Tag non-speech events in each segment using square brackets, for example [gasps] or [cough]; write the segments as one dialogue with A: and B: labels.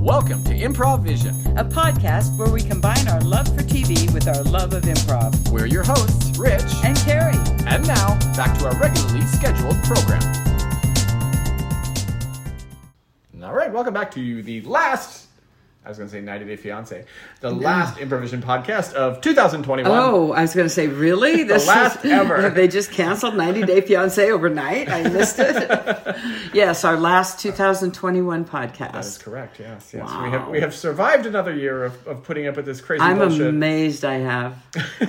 A: Welcome to Improv Vision.
B: a podcast where we combine our love for TV with our love of improv.
A: We're your hosts, Rich,
B: And Carrie,
A: and now back to our regularly scheduled program. All right, welcome back to the last. I was going to say 90 Day Fiance, the last Improvision podcast of 2021.
B: oh, I was going to say, really? This is-
A: last ever.
B: Have [laughs] they just canceled 90 Day Fiance overnight? I missed [laughs] it. yes, our last
A: That
B: 2021
A: is
B: podcast.
A: correct. Yes, yes. We
B: Wow.
A: have we have survived another year of, of putting up with this crazy
B: I'm
A: bullshit.
B: amazed. I have.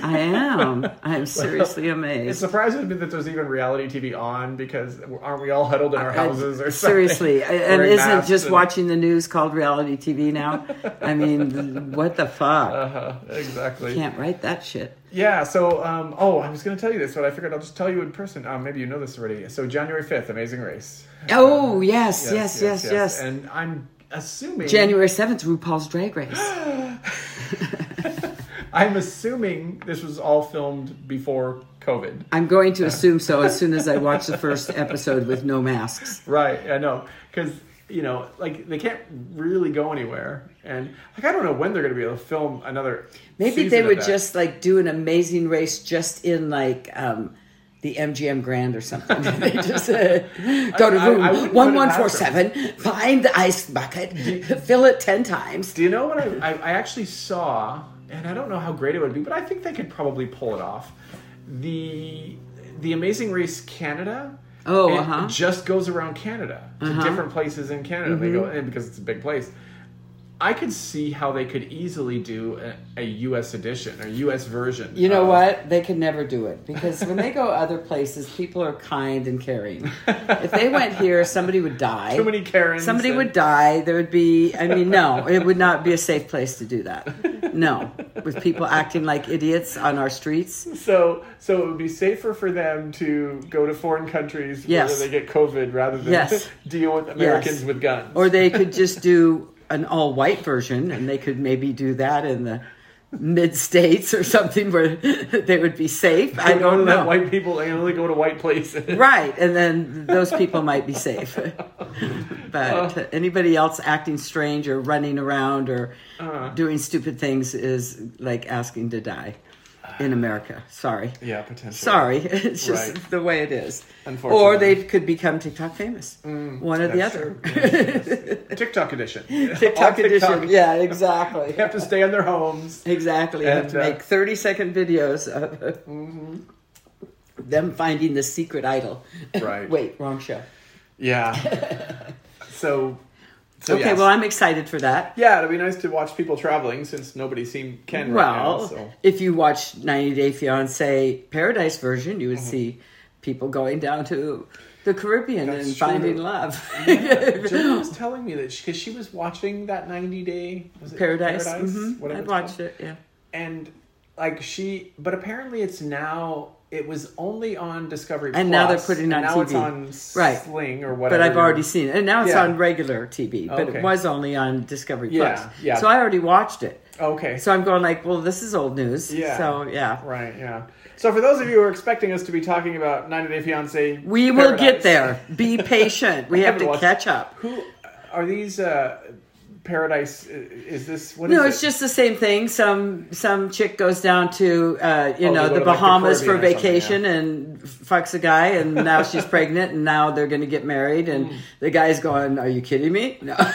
B: I am. [laughs] I am seriously
A: It
B: amazed.
A: surprises me that there's even reality TV on because aren't we all huddled in our houses or something?
B: [laughs] seriously, I- and
A: Wearing
B: isn't
A: masks
B: just
A: Uh, and-
B: watching the news called reality TV now? I [laughs] mean, what the fuck?
A: Uh-huh, exactly.
B: Can't write that shit.
A: Yeah, so, um, oh, I was going to tell you this, but I figured I'll just tell you in person. Um, maybe you know this already. So, January 5th, Amazing Race.
B: Oh yes, yes, yes, yes.
A: And I'm assuming.
B: January seventh, RuPaul's Drag [gasps] Race.
A: I'm assuming this was all filmed before COVID.
B: I'm going to assume so as soon as I watch the first episode with no masks.
A: Right, I know. Because, you know, like, they can't really go anywhere. And, like, I don't know when they're going to be able to film another.
B: Maybe
A: season
B: they
A: of
B: would
A: that.
B: just like do an amazing race just in like um, the MGM Grand or something. [laughs] they
A: [laughs]
B: just uh, go to
A: I- I
B: room
A: wouldn't put it
B: one one four seven, find the
A: [laughs]
B: ice bucket, fill it ten times.
A: Do you know what I, I, I actually saw? And I don't know how great it would be, but I think they could probably pull it off. The The Amazing Race Canada.
B: Oh,
A: it
B: uh-huh.
A: just goes around Canada to different places in Canada. They go
B: Mm-hmm.
A: in because it's a big place. I could see how they could easily do a, a U.S. edition or U.S. version.
B: You know
A: of-
B: what? They could never do it because when they go other places, people are kind
A: [laughs]
B: and caring. If they went here, somebody would die.
A: Too many Karens.
B: Somebody
A: and-
B: would die. There would be, I mean, no, it would not be a safe place to do that. No, with people acting like idiots on our streets.
A: So, so it would be safer for them to go to foreign countries
B: Yes.
A: where they get COVID rather than
B: Yes.
A: [laughs] deal with Americans
B: Yes.
A: with guns.
B: Or they could just do an all white version and they could maybe do that in the mid states or something where [laughs] they would be safe. I
A: only
B: don't
A: let
B: know.
A: White [laughs] people they only go to white
B: [laughs]
A: places.
B: Right, and then those people might be safe. [laughs]
A: Uh,
B: but
A: Oh.
B: anybody else acting strange or running around or
A: Uh-huh.
B: doing stupid things is like asking to die in America. Sorry.
A: Yeah, potentially.
B: Sorry, [laughs] it's just
A: Right.
B: the way it is.
A: Unfortunately. Mm,
B: Or they could become TikTok famous. One or the
A: that's
B: other. [laughs]
A: TikTok edition.
B: TikTok
A: All [laughs]
B: edition. Yeah, exactly.
A: They have to stay in their homes.
B: Exactly. You have
A: And,
B: to
A: uh, Mm-hmm.
B: make 30 second videos of
A: [laughs]
B: them finding the secret idol.
A: Right.
B: Wait, wrong show.
A: Yeah.
B: [laughs]
A: so. So
B: okay,
A: yes.
B: well, I'm excited for that.
A: yeah, it'd be nice to watch people traveling since nobody seem can right
B: well,
A: now.
B: [laughs]
A: So.
B: if you watch 90 Day Fiance Paradise version, you would see people going down to the Caribbean
A: Mm-hmm. That's
B: and
A: true.
B: finding love. [laughs]
A: Jill was telling me that because she, was watching that 90 day was it
B: Paradise.
A: Paradise?
B: mhm.
A: Whatever
B: I
A: it's called.
B: watched it, yeah.
A: and like she, but apparently it's now. It was only on Discovery,
B: And now
A: Plus,
B: they're putting it
A: and
B: on
A: now it's
B: TV.
A: on
B: Right.
A: Sling or whatever.
B: But I've already seen it. And now it's
A: Yeah.
B: on regular TV, but
A: Okay.
B: it was only on Discovery
A: Yeah,
B: Plus.
A: yeah.
B: So I already watched it.
A: Okay,
B: So I'm going like, well, this is old news.
A: Yeah.
B: So yeah.
A: Right, yeah. So for those of you who are expecting us to be talking about 90 Day Fiance,
B: We will get there. Be patient. We have
A: haven't
B: to
A: watched-
B: catch up.
A: Who are these? Uh, Paradise i- is this? What is
B: No, it's
A: it?
B: just the same thing. Some some chick goes down to uh, you
A: Oh, they
B: know
A: go to, like,
B: the
A: the
B: Bahamas for
A: Caribbean or something,
B: vacation and fucks a guy, and now
A: [laughs]
B: she's pregnant, and now they're going to get married, and
A: Mm.
B: the guy's going, "Are you kidding me?" No.
A: Yeah.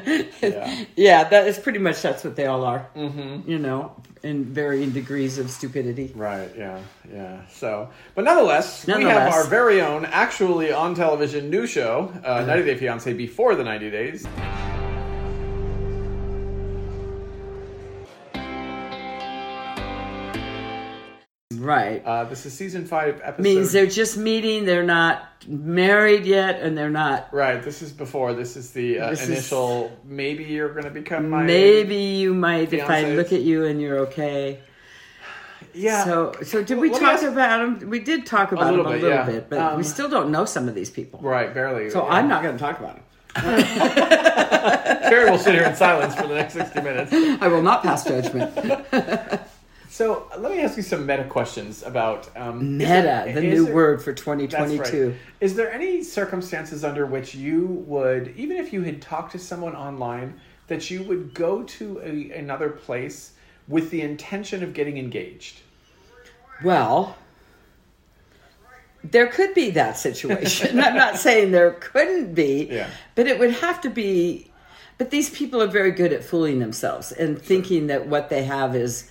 B: [laughs] yeah, that is pretty much that's what they all are. Mm-hmm. You know, in varying degrees of stupidity.
A: Right, yeah, yeah. So, but nonetheless, we have
B: Nonetheless.
A: our very own, actually on television, new show,
B: Uh-huh.
A: uh, 90 Day Fiance before the 90 days.
B: Right.
A: Uh, this is season five episode.
B: means they're just meeting. They're not married yet, and they're not.
A: right, this is before. This is the uh,
B: This is-
A: initial. Maybe you're going to become my.
B: Maybe you might if I
A: Fiancés.
B: look at you and you're okay.
A: Yeah.
B: So, so did we
A: Let me
B: talk
A: ask-
B: about them? We did talk about
A: little
B: them a
A: bit,
B: little
A: yeah.
B: bit, but
A: Um,
B: we still don't know some of these people.
A: Right, barely.
B: So
A: yeah.
B: I'm not going to talk about them. [laughs]
A: Carrie will sit here in silence for the next 60 minutes.
B: I will not pass judgment.
A: So let me ask you some meta questions about um, is
B: Meta,
A: there-
B: the
A: is
B: new
A: there-
B: word for
A: That's
B: 2022.
A: Right. Is there any circumstances under which you would, even if you had talked to someone online, that you would go to a, another place with the intention of getting engaged?
B: Well, there could be that situation.
A: [laughs]
B: I'm not saying there couldn't be,
A: Yeah.
B: but it would have to be. But these people are very good at fooling themselves and thinking that what they have is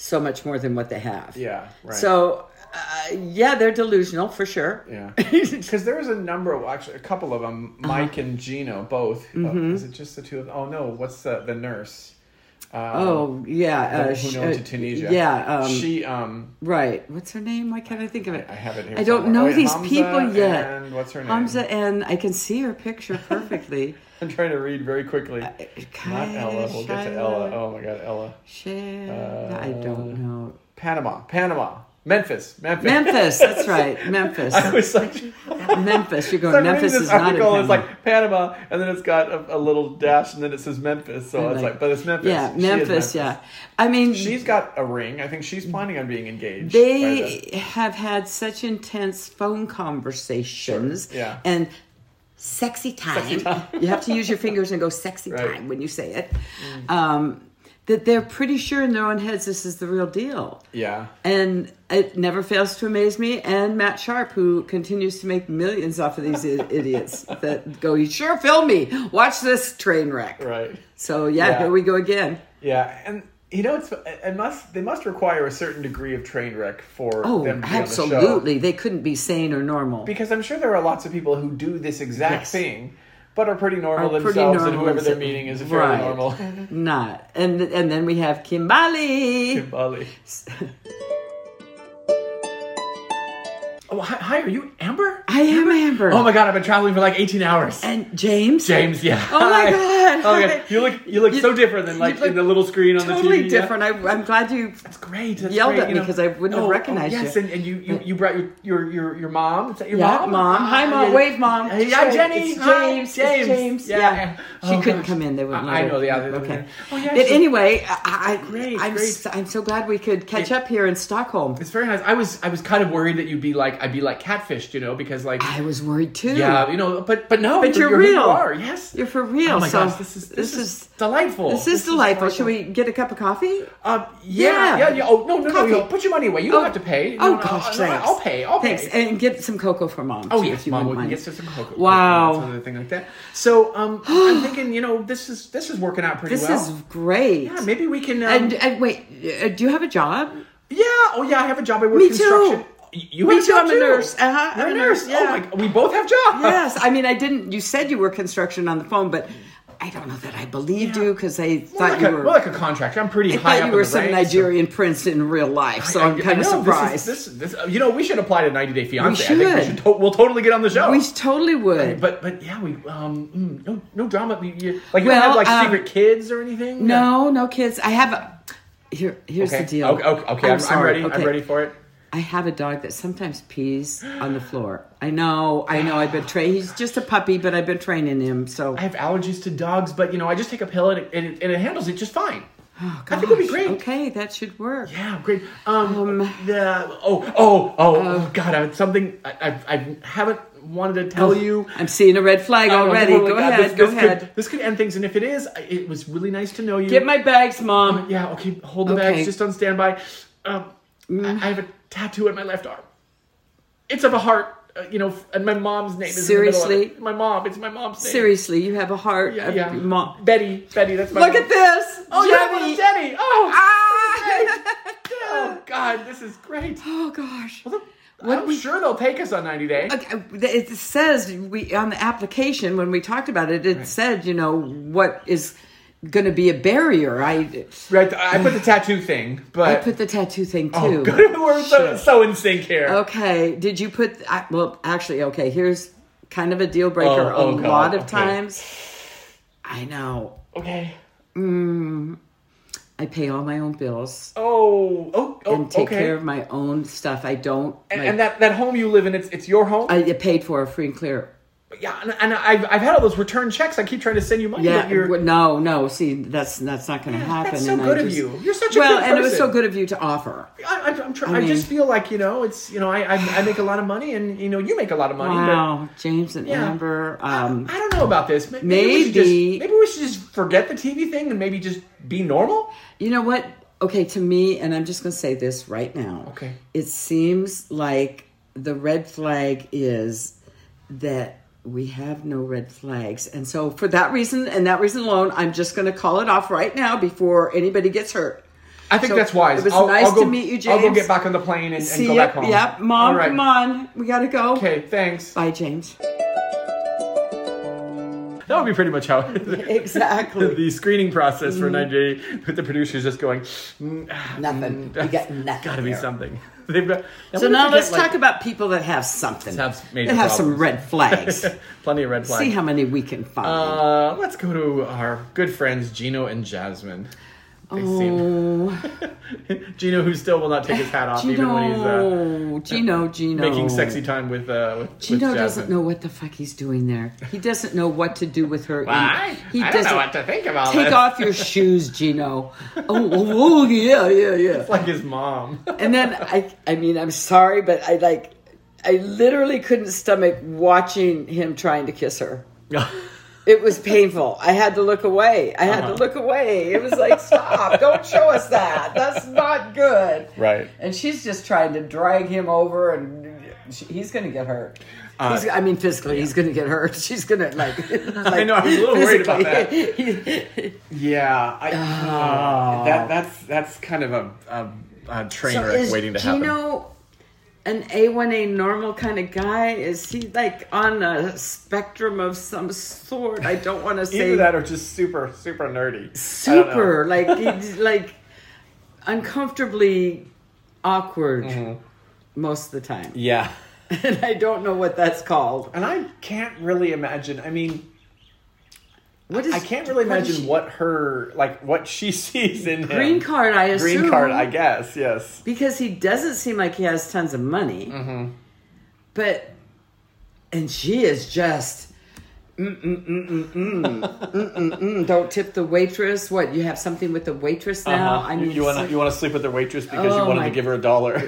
B: so much more than what they have.
A: Yeah, right.
B: So, uh, yeah, they're delusional for sure.
A: [laughs] Yeah, because there was a number, well, actually a couple of them.
B: Uh-huh.
A: Mike and Gino, both. oh,
B: Mm-hmm.
A: is it just the two of? them? Oh no, what's the the nurse? Um,
B: oh, yeah.
A: who,
B: sh-
A: who
B: uh,
A: went to Tunisia?
B: Yeah. Um,
A: she. Um,
B: right. What's her name? Why can't I think of it?
A: I have it here.
B: I
A: somewhere.
B: don't know
A: Oh, yeah,
B: these
A: Hamza
B: people yet.
A: And what's her name? [laughs]
B: Hamza, and I can see her picture perfectly.
A: I'm trying to read very quickly.
B: Uh,
A: Not Ella. We'll get to Ella. Oh my God, Ella.
B: Shit. I
A: Uh,
B: don't know.
A: Panama, Panama, Memphis, Memphis.
B: Memphis. That's right.
A: [laughs]
B: Memphis.
A: I was
B: [laughs]
A: like,
B: Memphis. You're
A: so I'm
B: going. Memphis
A: reading
B: is
A: this
B: not in
A: article. It's
B: Panama.
A: like Panama, and then it's got a, a little dash, and then it says Memphis. So
B: I'm
A: I was
B: like-
A: like, but it's Memphis.
B: yeah,
A: She is
B: Memphis, Yeah. I mean,
A: She's got a ring. I think she's planning on being engaged. by then.
B: they have had such intense phone conversations.
A: Sure, yeah.
B: And. Sexy time. [laughs] You have to use your fingers and go sexy
A: Right. Mm.
B: time when you say it. Um, that they're pretty sure in their own heads this is the real deal.
A: Yeah.
B: And it never fails to amaze me. And Matt Sharp, who continues to make millions off of these
A: [laughs]
B: i- idiots that go, "You sure, film me. Watch this train wreck.
A: Right.
B: So, yeah,
A: Yeah.
B: here we go again.
A: Yeah, and you know, it's it must they must require a certain degree of train wreck for
B: Oh,
A: them to be on the show.
B: absolutely. They couldn't be sane or normal.
A: because I'm sure there are lots of people who do this exact
B: Yes.
A: thing, but are pretty normal
B: Are pretty
A: themselves, and
B: normal
A: whoever they're
B: themse-
A: meeting is fairly
B: Right. [laughs]
A: normal. [laughs]
B: Not. And, and then we have Kimbali.
A: Bali. oh, hi, hi, are you Amber?
B: I am Amber.
A: Oh my god, I've been traveling for like 18 hours.
B: And James.
A: James, yeah.
B: Oh
A: [laughs]
B: my
A: Hi.
B: God.
A: Oh my god, you look you look
B: [laughs] You-
A: so different than like
B: you look
A: in the little screen on the
B: Totally
A: TV. yeah.
B: different. I, I'm glad you.
A: That's great. That's
B: Yelled
A: great,
B: at
A: you
B: me
A: know.
B: 'cause I wouldn't have
A: Oh, oh,
B: recognized
A: Yes,
B: you.
A: and, and you, you you brought your your your, your mom. Is that your
B: Yeah,
A: mom?
B: Mom. Hi, Mom.
A: yeah.
B: Wave, Mom.
A: Hey, Yeah,
B: It's
A: Jenny.
B: James.
A: Hi,
B: It's
A: James.
B: James.
A: Yeah.
B: Yeah.
A: yeah.
B: She
A: Oh,
B: couldn't
A: gosh.
B: come in. They wouldn't. let
A: I, I
B: her.
A: know. Yeah. they-
B: Okay.
A: Oh yeah.
B: But
A: she-
B: anyway, I, I,
A: Great,
B: I'm,
A: great.
B: So, I'm so glad we could catch up here in Stockholm.
A: It's very nice. I was I was kind of worried that you'd be like I'd be like catfished, you know, because like
B: I was worried too.
A: yeah, you know, but but no,
B: But you're
A: who
B: real.
A: You are yes.
B: You're for real.
A: oh my
B: so
A: gosh, this is this, is,
B: is
A: delightful.
B: this is delightful. Should we get a cup of coffee?
A: Um, yeah,
B: Yeah.
A: yeah, yeah. Oh no, no, no,
B: Coffee.
A: no! Put your money away. You don't have to pay. No,
B: oh
A: no, no,
B: gosh,
A: no,
B: thanks.
A: I'll pay. I'll
B: thanks,
A: pay.
B: and get some cocoa for mom.
A: Oh
B: too,
A: yes,
B: if you
A: mom
B: wouldn't
A: would
B: mind.
A: get some cocoa.
B: Wow.
A: That's another thing like that. So
B: [gasps]
A: um, I'm thinking, you know, this is this is working out pretty
B: This
A: well.
B: is great.
A: yeah, maybe we can. Um,
B: and, and wait, uh, do you have a job?
A: yeah, oh yeah, I have a job. I work
B: Me too.
A: construction. Y- You
B: Me
A: have a
B: too,
A: job
B: I'm a
A: too.
B: nurse. Uh-huh,
A: You're
B: I'm
A: a
B: a nurse,
A: nurse.
B: yeah.
A: Oh my, we both have jobs.
B: yes. I mean, I didn't. You said you were construction on the phone, but I don't know that I believed you because I
A: More
B: thought
A: like,
B: you
A: a,
B: were.
A: more like a contractor. I'm pretty
B: I
A: high up
B: thought
A: in
B: you were
A: the
B: some
A: ranks, so-
B: Nigerian prince in real life, so
A: I-
B: I'm kind
A: I
B: of
A: know,
B: surprised.
A: This is, this, this, you know, we should apply to 90 Day Fiance. I think we
B: should.
A: should. To- we'll totally get on the show.
B: we totally would.
A: but but yeah, we um mm, no no drama. You, you, like you
B: Well,
A: don't have like
B: um,
A: secret kids or anything.
B: no, no kids. I have. A, here, here's
A: Okay.
B: the deal.
A: Okay. Okay. okay, I'm, I'm,
B: sorry,
A: ready.
B: okay.
A: I'm ready for it.
B: I have a dog that sometimes pees on the floor. I know. I know. I've been training. He's just a puppy, but I've been training him. So.
A: I have allergies to dogs, but you know, I just take a pill and it, and it, and it handles it just fine.
B: Oh,
A: I think it'll be
B: gosh.
A: great.
B: Okay, that should work.
A: Yeah, great. Um, the oh oh oh,
B: uh,
A: oh God, I, something I, I I haven't wanted to tell you.
B: I'm seeing a red flag
A: Oh,
B: already.
A: totally,
B: go
A: God,
B: ahead.
A: this,
B: go
A: this
B: ahead.
A: Could, this could end things, and if it is, I- it was really nice to know you.
B: Get my bags, mom.
A: yeah. Okay, hold the
B: Okay. Mm.
A: bags just on standby. Um, I, I have a tattoo on my left arm. It's of a heart. Uh, you know, f- and my mom's name is in the middle of it.
B: Seriously?
A: my mom. It's my mom's name.
B: Seriously, you have a heart.
A: Yeah,
B: of
A: yeah.
B: Mom.
A: Betty. Betty. That's my
B: Look
A: mom.
B: at this.
A: Oh,
B: Jenny.
A: Jenny. Jenny. Oh,
B: Ah! [laughs]
A: oh God, this is great.
B: oh gosh.
A: I'm sure they'll take us on 90 Day.
B: Okay, It says we on the application when we talked about it. It said you know what is going to be a barrier. I
A: Right, I put the tattoo thing, but
B: I put the tattoo thing too.
A: oh, good, [laughs] we're so,
B: Shit. Oh.
A: so in sync here.
B: Okay. Did you put? I, well, actually, okay. Here's kind of a deal breaker.
A: Oh, oh,
B: a
A: God,
B: lot of
A: okay.
B: times, I know.
A: Okay.
B: I pay all my own bills
A: Oh, oh, oh
B: and take
A: okay.
B: care of my own stuff. I don't.
A: and,
B: like,
A: and that, that home you live in, it's it's your home.
B: I get paid for free and clear
A: But yeah, and, and I've, I've had all those return checks. I keep trying to send you money.
B: Yeah,
A: but you're,
B: w- no, no. See, that's that's not going to happen.
A: that's so
B: and I
A: good of
B: just-
A: you. You're such a
B: well,
A: good
B: and it was so
A: person.
B: good of you to offer.
A: I, I, I'm try-
B: I
A: I just
B: mean-
A: feel like you know it's you know I, I I make a lot of money and you know you make a lot of money. But
B: Wow, James and
A: Yeah.
B: Amber. Um,
A: I don't know about this. Maybe maybe we, should just,
B: Maybe-
A: maybe we should just forget the TV thing and maybe just be normal.
B: you know what? Okay, to me, and I'm just going to say this right now.
A: Okay.
B: It seems like the red flag is that we have no red flags. And so, for that reason and that reason alone, I'm just going to call it off right now before anybody gets hurt.
A: I think
B: So,
A: that's wise.
B: it was
A: I'll,
B: nice
A: I'll go,
B: to meet you,
A: I'll go
B: James.
A: get back on the plane and, and
B: See
A: go
B: ya.
A: back home.
B: Yep, mom,
A: All right.
B: come on. We got to go.
A: Okay, thanks.
B: Bye, James.
A: That would be pretty much how [laughs]
B: Exactly.
A: the screening process for 90 Day with the producers just going, mm, ah,
B: Nothing.
A: mm,
B: Mm-hmm. You got nothing
A: Gotta be
B: here.
A: something. [laughs] They've got.
B: So now let's talk about people that have something.
A: Have major
B: that have some
A: problems.
B: red
A: [laughs]
B: flags.
A: plenty of red flags.
B: See how many we can find.
A: uh, let's go to our good friends Gino and Jasmine. They seem-
B: oh,
A: [laughs] Gino, who still will not take his hat off, even when he's uh,
B: Gino, Gino, Gino.
A: making sexy time with uh, with, with
B: Gino doesn't
A: Jasmine.
B: know what the fuck he's doing there. He doesn't know what to do with her.
A: Why?
B: He
A: I don't
B: doesn't.
A: know what to think about
B: Take
A: this.
B: off your shoes,
A: [laughs]
B: Gino. Oh, oh, oh, yeah, yeah, yeah.
A: It's like his mom. [laughs]
B: And then I, I mean, I'm sorry, but I like, I literally couldn't stomach watching him trying to kiss her. It was painful. I had to look away. I had
A: Uh-huh.
B: to look away. It was like, stop! Don't show us that. That's not good.
A: right.
B: And she's just trying to drag him over, and she, he's going to get hurt.
A: Uh,
B: he's, I mean, physically, he's going to get hurt. [laughs] She's going to like,
A: [laughs] I know, I was a little worried about [laughs]
B: that.
A: Yeah, I, uh,
B: Oh.
A: that that's that's kind of a a, a train
B: so
A: wreck
B: is
A: waiting to happen.
B: Gino an A1A normal kind of guy? Is he like on a spectrum of some sort? I don't want to say
A: [laughs] Either that or just super super nerdy. I don't know.
B: super like
A: [laughs]
B: he's like uncomfortably awkward
A: Mm-hmm.
B: most of the time [laughs]
A: Yeah,
B: and i don't know what that's called
A: and I can't really imagine. I mean,
B: what is
A: I can't really
B: what is
A: imagine
B: she-
A: what her like what she [laughs] sees in him.
B: green card i assume
A: Green card, I guess. Yes.
B: because he doesn't seem like he has tons of money
A: Mm-hmm.
B: but and she is just mm, mm, mm, mm, mm, mm, mm, mm. don't tip the waitress what you have something with the waitress now
A: Uh-huh.
B: i
A: You-
B: mean
A: you want to
B: so-
A: you want to sleep with the waitress because you
B: Oh
A: wanted
B: my-
A: to give her a dollar.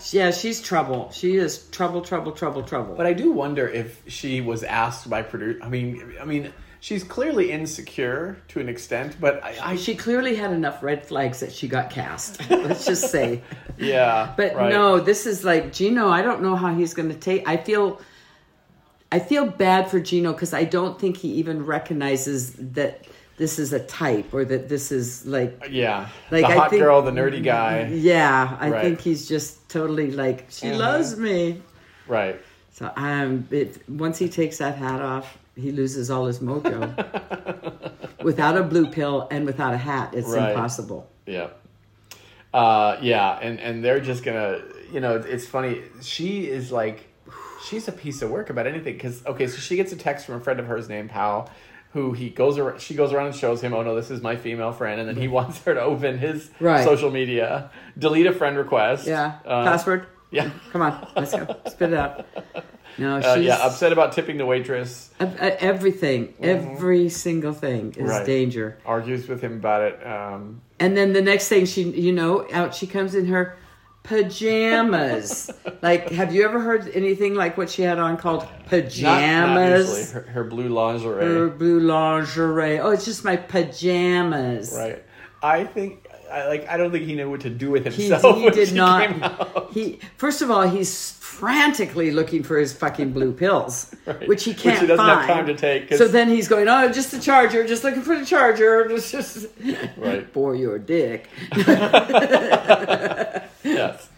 A: [laughs]
B: yeah she's trouble she is trouble trouble trouble trouble
A: But I do wonder if she was asked by producer. I mean, I mean, she's clearly insecure to an extent, but I, I
B: She clearly had enough red flags that she got cast. [laughs] Let's just say.
A: yeah.
B: But
A: right.
B: no, this is like Gino. I don't know how he's going to take. I feel, I feel bad for Gino because I don't think he even recognizes that this is a type or that this is like,
A: Yeah.
B: Like,
A: the
B: I
A: hot
B: think-
A: girl, the nerdy guy.
B: yeah. I
A: Right.
B: think he's just totally like she
A: Mhm.
B: loves me.
A: Right.
B: So I'm. It, once he takes that hat off, he loses all his
A: [laughs]
B: mojo. without a blue pill and without a hat, it's
A: Right.
B: impossible.
A: Yeah. Uh, yeah, and and they're just gonna, you know, it's- it's funny. She is like, she's a piece of work about anything. Because okay, so she gets a text from a friend of hers named Pal, who he goes around. She goes around and shows him, oh no, this is my female friend, and then he wants her to open his
B: Mm-hmm. Right.
A: social media, delete a friend request,
B: Yeah.
A: uh,
B: Password. [laughs]
A: yeah,
B: Come on, let's go. Spit it out. No, she's
A: uh, yeah, upset about tipping the waitress,
B: ev- ev- everything, every single thing is
A: Mm-hmm. Right.
B: danger.
A: argues with him about it. Um,
B: And then the next thing she, you know, out she comes in her
A: [laughs]
B: pajamas. like, have you ever heard anything like what she had on called
A: not-
B: pajamas?
A: not usually. her, her blue lingerie.
B: Her blue lingerie. Oh, it's just my pajamas.
A: Right. I think I like I don't think he knew what to do with
B: He,
A: himself. [laughs]
B: he
A: when
B: did
A: she came out.
B: not. He first of all, he's frantically looking for his fucking blue pills,
A: Right.
B: which he
A: Which
B: can't
A: he doesn't have
B: find.
A: time to take 'cause-
B: So then he's going, oh, just the charger, just looking for the charger, [laughs] just just
A: Right.
B: [laughs] for your dick.
A: yes.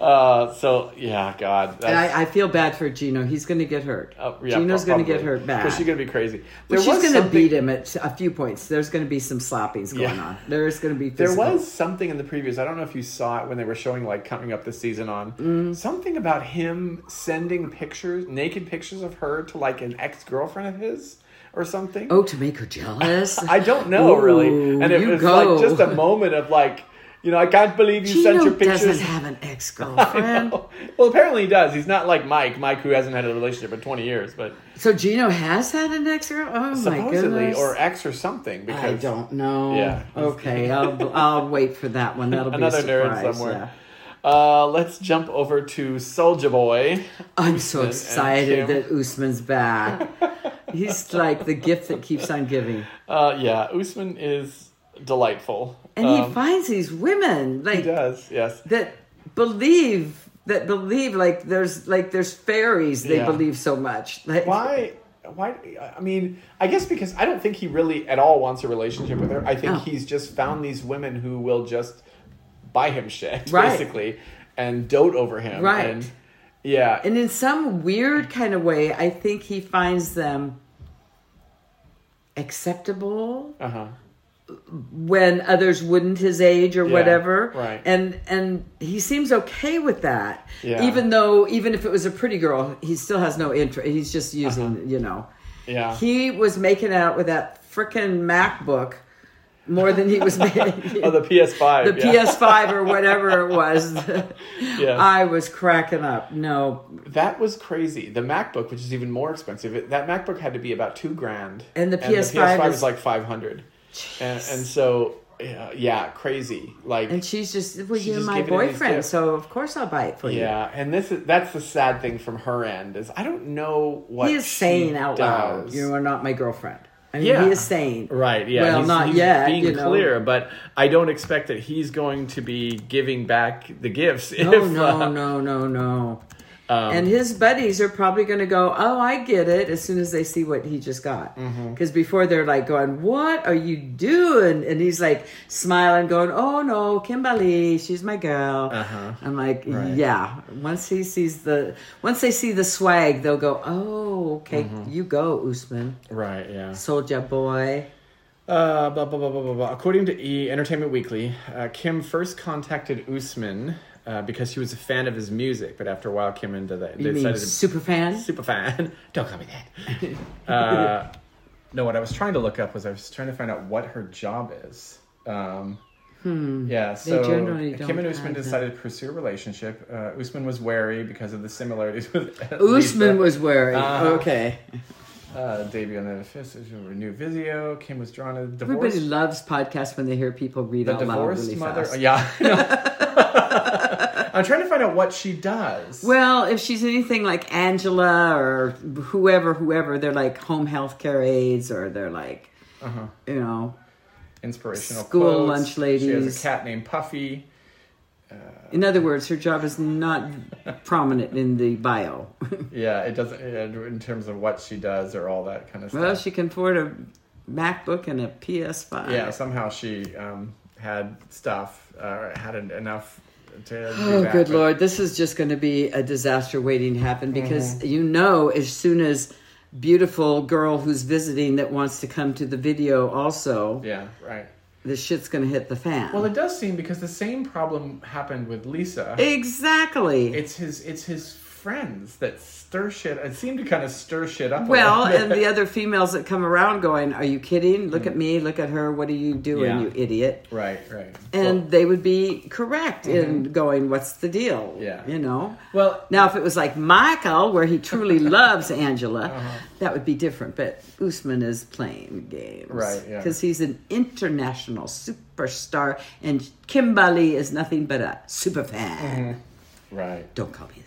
A: Uh, so yeah, God.
B: And
A: That's,
B: I, I feel bad for Gino. He's going to get hurt.
A: oh, yeah,
B: Gino's going to
A: probably.
B: get hurt bad.
A: But she's gonna be crazy.
B: Well,
A: There
B: she's
A: was
B: going to
A: something-
B: beat him at a few points. There's going to be some slappings going
A: Yeah.
B: on. There's going to be
A: There
B: physical.
A: was something in the previews. I don't know if you saw it when they were showing like coming up this season on
B: Mm.
A: something about him sending pictures, naked pictures of her to like an ex girlfriend of his or something. [laughs]
B: oh to Oh, make her jealous.
A: I don't know really,
B: Ooh,
A: and it
B: you
A: was
B: go.
A: like just a moment of like You know, I can't believe you sent your
B: Gino
A: pictures.
B: doesn't have an ex
A: [laughs] I
B: girlfriend.
A: know. Well, apparently he does. He's not like Mike. Mike, who hasn't had a relationship in 20 years, but
B: So Gino has had an ex girl. Oh my
A: supposedly,
B: goodness.
A: or ex or something. Because
B: I don't know.
A: Yeah.
B: Okay, I'll I'll wait for that one. That'll
A: Another
B: be a surprise.
A: nerd somewhere.
B: yeah.
A: Uh, let's jump over to Soldier Boy.
B: I'm so
A: and Kim.
B: excited that Usman's back.
A: [laughs]
B: He's like the gift that keeps on giving.
A: Uh, yeah, Usman is delightful.
B: And
A: Um,
B: he finds these women
A: he
B: like
A: does, yes.
B: that believe that believe like there's like there's fairies they
A: Yeah.
B: believe so much. Like
A: Why? Why? I mean, I guess because I don't think he really at all wants a relationship with her. I think
B: No.
A: he's just found these women who will just buy him shit, [laughs]
B: Right.
A: basically, and dote over him.
B: Right.
A: And, yeah.
B: And in some weird kind of way, I think he finds them acceptable
A: Uh huh.
B: when others wouldn't his age or
A: Yeah,
B: whatever.
A: right.
B: And and he seems okay with that.
A: Yeah.
B: Even though even if it was a pretty girl, he still has no interest. He's just using, you know.
A: Uh-huh. Yeah.
B: He was making out with that frickin' MacBook more than he
A: [laughs]
B: was making
A: oh, the PS5.
B: the
A: yeah.
B: PS5 or whatever
A: [laughs]
B: it was.
A: Yes.
B: I was cracking up. No,
A: [laughs] That was crazy. The MacBook, which is even more expensive, it, that MacBook had to be about two grand,
B: And the PS5
A: was
B: is-
A: like five hundred, and, and so yeah, yeah, crazy. Like
B: And she's just, well,
A: She
B: you're
A: just
B: my
A: gave it in his
B: boyfriend,
A: gift.
B: so of course I'll buy it for you.
A: yeah, and this is that's the sad thing from her end is I don't know what
B: He is
A: she
B: saying out loud,
A: does.
B: "You are not my girlfriend." I mean,
A: Yeah.
B: he is saying,
A: Right, yeah.
B: Well,
A: he's,
B: not
A: he's
B: yet,
A: Being
B: you know.
A: clear, [laughs] but I don't expect that he's going to be giving back the gifts.
B: "No,
A: if,
B: no,
A: uh,
B: no, no, no."
A: um,
B: and his buddies are probably going to go, "Oh, I get it," as soon as they see what he just got.
A: Mm-hmm.
B: Because before they're like going, "What are you doing?" And he's like smiling, going, "Oh no, Kimberly, she's my girl."
A: Uh-huh.
B: I'm like,
A: Right.
B: "Yeah." Once he sees the, once they see the swag, they'll go, "Oh, okay,
A: Mm-hmm.
B: you go, Usman."
A: Right, yeah.
B: Soldier Boy.
A: Uh, blah, blah, blah, blah, blah, blah. According to E! Entertainment Weekly, uh, Kim first contacted Usman uh, because she was a fan of his music, but after a while, Kim and they, they
B: You mean
A: decided to
B: super fan?
A: super fan. [laughs] Don't call me
B: [laughs]
A: that. uh, no, what I was trying to look up was I was trying to find out what her job is. Um, Yeah, so
B: Hmm. generally don't
A: Kim and Usman
B: have that.
A: decided to pursue a relationship. Uh, Usman was wary because of the similarities with [laughs] Lisa.
B: Usman was wearing.
A: Uh-huh.
B: okay.
A: uh, debut on the fifth new video. Kim was drawn to the divorce.
B: Everybody loves podcasts when they hear people read
A: The
B: out loud
A: divorced
B: really
A: mother.
B: fast.
A: Yeah. I
B: [laughs]
A: know. I'm trying to find out what she does.
B: Well, if she's anything like Angela or whoever, whoever, they're like home health care aides or they're like,
A: Uh-huh.
B: you know,
A: Inspirational
B: School
A: quotes.
B: lunch
A: She has
B: ladies.
A: a cat named Puffy.
B: in other words, her job is not prominent in the bio. [laughs]
A: Yeah, it doesn't yeah, in terms of what she does or all that kind of stuff.
B: well, she can afford a MacBook and a PS5.
A: yeah, somehow she um, had stuff or had en- enough to.
B: Oh,
A: do that,
B: good
A: but-
B: lord! This is just going to be a disaster waiting to happen
A: Mm-hmm.
B: because you know, as soon as beautiful girl who's visiting that wants to come to the video also,
A: Yeah, right.
B: the shit's going to hit the fan.
A: Well, it does seem because the same problem happened with Lisa.
B: exactly.
A: it's his. It's his friends that stir shit. It seemed to kind of stir shit up. a [laughs]
B: [laughs] well,
A: little bit.
B: and the other females that come around going, "Are you kidding? Look at me! Look at her! What are you doing,
A: Mm. Yeah.
B: you idiot?"
A: right, right.
B: And they would be correct in going, "What's the deal?"
A: Mm-hmm. Yeah.
B: you know.
A: well,
B: Now, if it was like Michael, where he
A: [laughs]
B: truly loves Angela,
A: Uh-huh.
B: that would be different. But Usman is playing games.
A: Right, yeah.
B: Because he's an international superstar, and Kimberly is nothing but a super fan.
A: Mm-hmm. Right.
B: Don't call me that.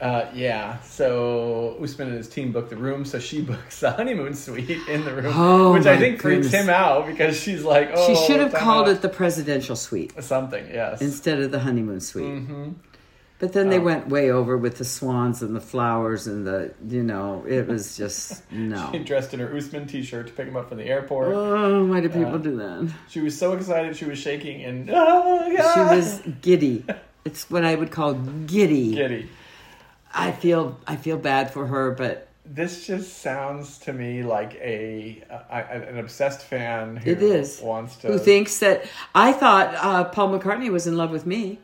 A: Uh, yeah, so Usman and his team book the room, so she [laughs] books the honeymoon suite in the room,
B: Oh,
A: which I
B: my
A: think freaks
B: goodness.
A: him out because she's like, oh,
B: She should have
A: time
B: called
A: out.
B: it the presidential suite
A: something, yes.
B: instead of the honeymoon suite.
A: Mm-hmm.
B: But then
A: Oh.
B: they went way over with the swans and the flowers and the, you know, it
A: [laughs]
B: was just,
A: She
B: no.
A: dressed in her Usman t shirt to pick him up from the airport.
B: Oh, why do people do that?
A: She was so excited, she was shaking and oh, yeah. [laughs]
B: She was giddy. It's what I would call giddy.
A: giddy.
B: I feel I feel bad for her, but
A: This just sounds to me like a, a an obsessed fan who
B: it is
A: wants to.
B: who thinks that I thought uh, Paul McCartney was in love with me,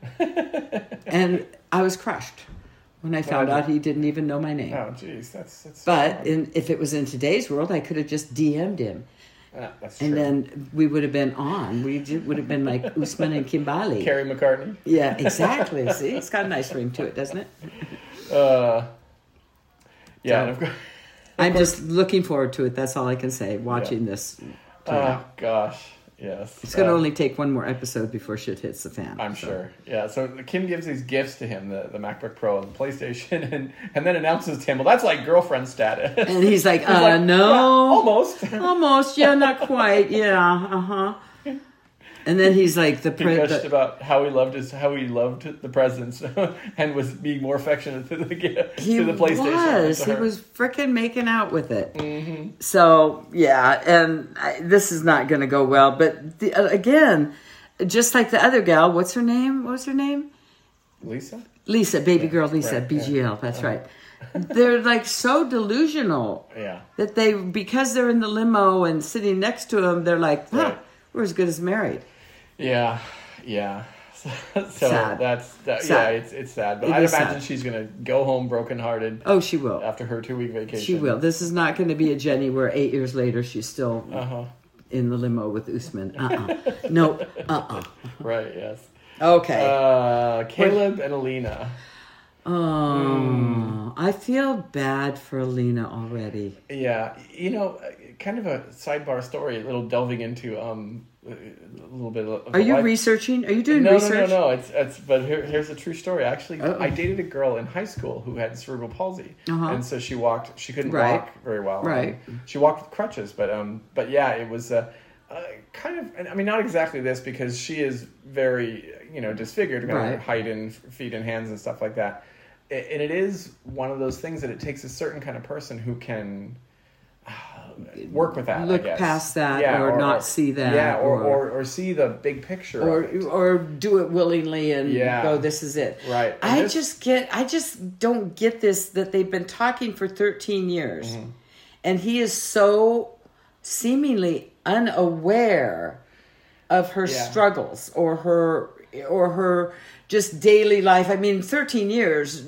B: and I was crushed when I found
A: Well, I-
B: out he didn't even know my name.
A: Oh, jeez, that's that's.
B: But in, if it was in today's world, I could have just DM'd him
A: Yeah, that's
B: And
A: true.
B: then we would have been on. We ju- would have been like Usman and Kimbali.
A: Carrie McCartney.
B: Yeah, exactly. See, it's got a nice ring to it, doesn't it?
A: Uh, yeah, and [laughs]
B: So-
A: of course.
B: I'm just looking forward to it. That's all I can say. Watching this,
A: Oh gosh, yes.
B: it's going to
A: Uh,
B: only take one more episode before shit hits the fan.
A: I'm
B: so.
A: sure. Yeah. So Kim gives these gifts to him, the, the MacBook Pro and the PlayStation, [laughs] and, and then announces to him, well, that's like girlfriend status. [laughs]
B: And he's like, uh,
A: like,
B: no,
A: "Yeah,
B: [laughs]
A: almost.
B: almost,
A: [laughs]
B: yeah, not quite, yeah, uh huh. And then he's like, the,
A: He
B: pre-
A: gushed
B: the
A: about how he loved his how he loved the presents [laughs] and was being more affectionate to the gift
B: he
A: to the PlayStation. than
B: was,
A: to
B: he
A: her. Mm-hmm.
B: was freaking making out with it. So yeah, and I, this is not going to go well. But the, uh, again, just like the other gal, what's her name? What was her name?
A: Lisa.
B: Lisa, baby girl Lisa,
A: right, yeah. Uh-huh.
B: BGL. That's right. They're like so delusional
A: Yeah.
B: that they because they're in the limo and sitting next to him, they're like, huh,
A: Right.
B: we're as good as married.
A: Yeah. Yeah. [laughs] So, so
B: Sad.
A: that's that, yeah,
B: Sad.
A: it's it's sad, but
B: It
A: I
B: is
A: imagine
B: sad.
A: she's gonna go home brokenhearted
B: Oh, she will.
A: after her two week vacation.
B: She will. This is not going to be a Jenny where eight years later she's still
A: Uh
B: [laughs]
A: huh.
B: in the limo with Usman. Uh uh No, uh
A: Right. Yes.
B: uh Okay.
A: Uh, Caleb and Alina. Hmm.
B: oh, I feel bad for Alina already.
A: Yeah, you know, kind of a sidebar story, a little delving into um, a little bit of.
B: Are you
A: life-
B: researching? Are you doing
A: No,
B: research?
A: no, no, no. It's it's. But here, here's a true story. Actually,
B: Uh-oh.
A: I dated a girl in high school who had cerebral palsy,
B: Uh-huh.
A: and so she walked. She couldn't
B: Right.
A: walk very well.
B: Right.
A: Um, She walked with crutches, but um, but yeah, it was uh, uh, kind of. and I mean, not exactly this because she is very you know disfigured, kind
B: Right.
A: of height and f- feet and hands and stuff like that. A- And it is one of those things that it takes a certain kind of person who can uh, work with that. I
B: Look
A: guess.
B: past that or not see that
A: Yeah, or,
B: or-
A: or, or see the big picture. of
B: Or
A: it.
B: or do it willingly and
A: Yeah.
B: go. This is it.
A: Right. And
B: I
A: this-
B: just get. I just don't get this that they've been talking for thirteen years,
A: Mm-hmm.
B: and he is so seemingly unaware of her
A: Yeah.
B: struggles or her or her just daily life. I mean, thirteen years.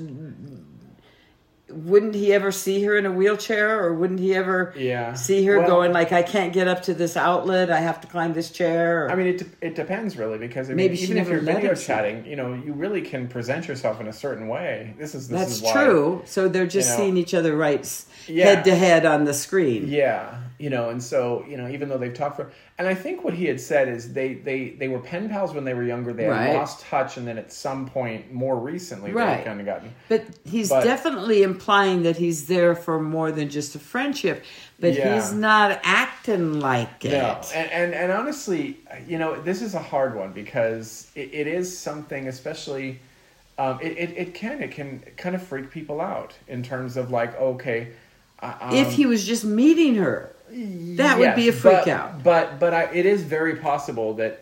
B: Wouldn't he ever see her in a wheelchair, or wouldn't he ever
A: Yeah.
B: see her
A: Well-
B: going like, "I can't get up to this outlet. I have to climb this chair"? Or,
A: I mean, it, de- it depends really because I mean,
B: Maybe she
A: even if
B: never
A: you're
B: let
A: video
B: him see.
A: chatting, you know, you really can present yourself in a certain way. This is this
B: That's
A: is why,
B: true. So they're just
A: you know.
B: seeing each other right s
A: Yeah.
B: head to head on the screen.
A: Yeah, you know, and so you know, even though they've talked for, and I think what he had said is they they they were pen pals when they were younger. They had
B: Right.
A: lost touch, and then at some point more recently,
B: Right.
A: they kind of gotten.
B: But he's
A: But-
B: definitely implying that he's there for more than just a friendship. But
A: Yeah.
B: he's not acting like it.
A: No, and, and and honestly, you know, this is a hard one because it, it is something, especially, um, it, it it can it can kind of freak people out in terms of like, okay, uh,
B: if he was just meeting her, that would
A: Yes,
B: be a freak
A: but,
B: out.
A: But but I, it is very possible that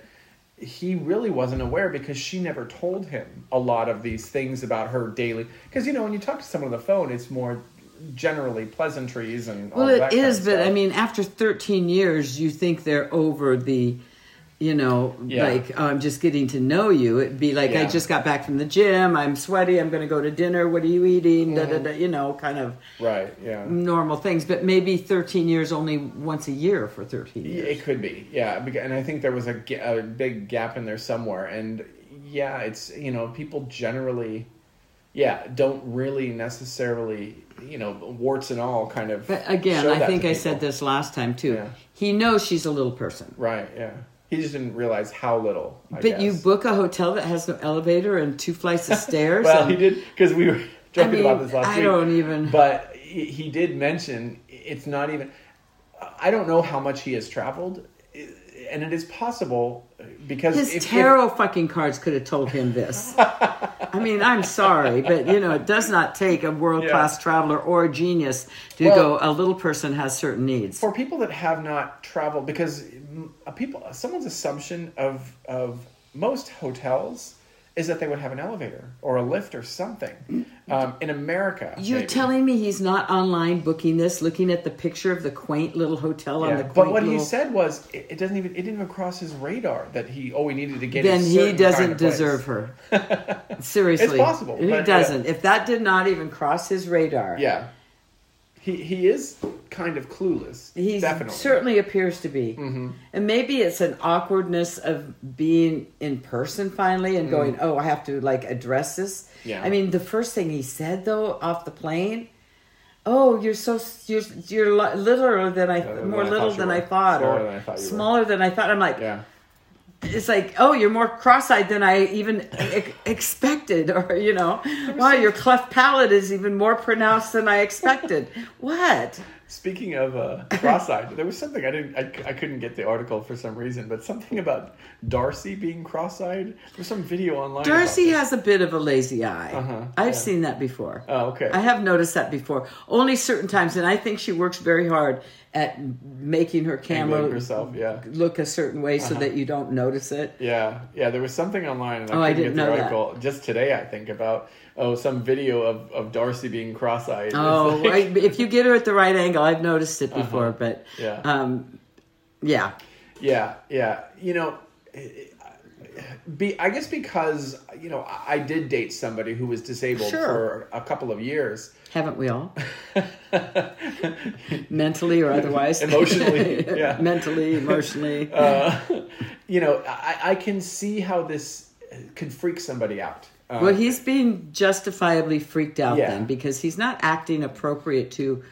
A: he really wasn't aware because she never told him a lot of these things about her daily. Because you know when you talk to someone on the phone, it's more generally pleasantries and all
B: Well,
A: that
B: it
A: kind of
B: is, but I
A: stuff.
B: mean, after 13 years, you think they're over the, you know,
A: Yeah.
B: like, oh, I'm just getting to know you. It'd be like, I
A: Yeah.
B: just got back from the gym. I'm sweaty. I'm going to go to dinner. What are you eating? Da,
A: Mm-hmm.
B: da, da, you know, kind of
A: right? Yeah.
B: normal things. But maybe 13 years only once a year for 13
A: Yeah,
B: years.
A: It could be, yeah. beca- And I think there was a, ga- a big gap in there somewhere. And yeah, it's, you know, people generally, yeah, don't really necessarily, you know, warts and all kind of.
B: But again,
A: show
B: I
A: that
B: think
A: to
B: I said
A: people.
B: this last time too.
A: Yeah.
B: He knows she's a little person.
A: Right, yeah. He just didn't realize how little. I
B: But you
A: guess.
B: book a hotel that has no elevator and two flights
A: [laughs]
B: of stairs.
A: Well,
B: and-
A: he did, because we were [laughs]
B: I
A: joking
B: mean,
A: about this last
B: I
A: week.
B: don't even.
A: but he, he did mention it's not even i don't know how much he has traveled and it is possible because
B: His
A: if- if-
B: tarot fucking cards could have told him
A: [laughs]
B: this. I mean, I'm sorry, but you know, it does not take a world class
A: Yeah.
B: traveler or a genius to
A: Well-
B: go. A little person has certain needs.
A: for people that have not traveled because mm, a people someone's assumption of of most hotels is that they would have an elevator or a lift or something um, in america
B: You're
A: maybe.
B: telling me he's not online booking this, looking at the picture of the quaint little hotel on
A: Yeah.
B: the quaint
A: but what he
B: little.
A: said was it, it doesn't even it didn't even cross his radar that he oh we needed to get
B: then
A: a
B: he
A: certain
B: doesn't
A: kind of place.
B: deserve her.
A: [laughs]
B: Seriously,
A: It's possible,
B: He
A: but, uh, yeah.
B: doesn't. If that did not even cross his radar,
A: yeah he he is kind of clueless.
B: He
A: definitely. Mm-hmm.
B: certainly appears to be. And maybe it's an awkwardness of being in person finally and going, oh, I have to like address this.
A: Mm. Yeah.
B: I mean, the first thing he said though off the plane, oh, you're so you're you're li- littler than I
A: than
B: more
A: I
B: little
A: thought you
B: than I
A: were.
B: thought
A: Smaller
B: or
A: than I thought you were.
B: smaller than I thought. I'm like,
A: yeah.
B: it's like, oh, you're more cross-eyed than I even e- expected, or you know, wow, your cleft palate is even more pronounced than I expected. what?
A: Speaking of uh, cross-eyed, there was something I didn't, I, c- I couldn't get the article for some reason, but something about Darcy being cross-eyed. There's some video online. about
B: Darcy
A: this.
B: has a bit of a lazy eye.
A: Uh-huh,
B: I've
A: yeah.
B: seen that before.
A: Oh, okay.
B: I have noticed that before. Only certain times, and I think she works very hard at making her camera
A: Angling herself. Uh-huh. Yeah.
B: look a certain way so that you don't
A: [laughs]
B: notice it.
A: Yeah, yeah. There was something online, and I
B: Oh,
A: couldn't
B: I
A: get
B: didn't
A: the
B: know that.
A: article just today. I think about oh, some video of, of Darcy being cross-eyed. [laughs] It's
B: Oh,
A: like-
B: I- if you get her at the right angle, I've noticed it before, but
A: Uh-huh. Yeah.
B: um, yeah,
A: yeah, yeah. You know, be I guess because you know I I did date somebody who was disabled
B: Sure.
A: for a couple of years. [laughs]
B: haven't we all? Mentally or otherwise,
A: Emotionally, yeah.
B: [laughs] mentally, emotionally.
A: Uh, you know, I, I can see how this could freak somebody out. Um,
B: Well, he's being justifiably freaked out
A: Yeah.
B: then because he's not acting appropriate to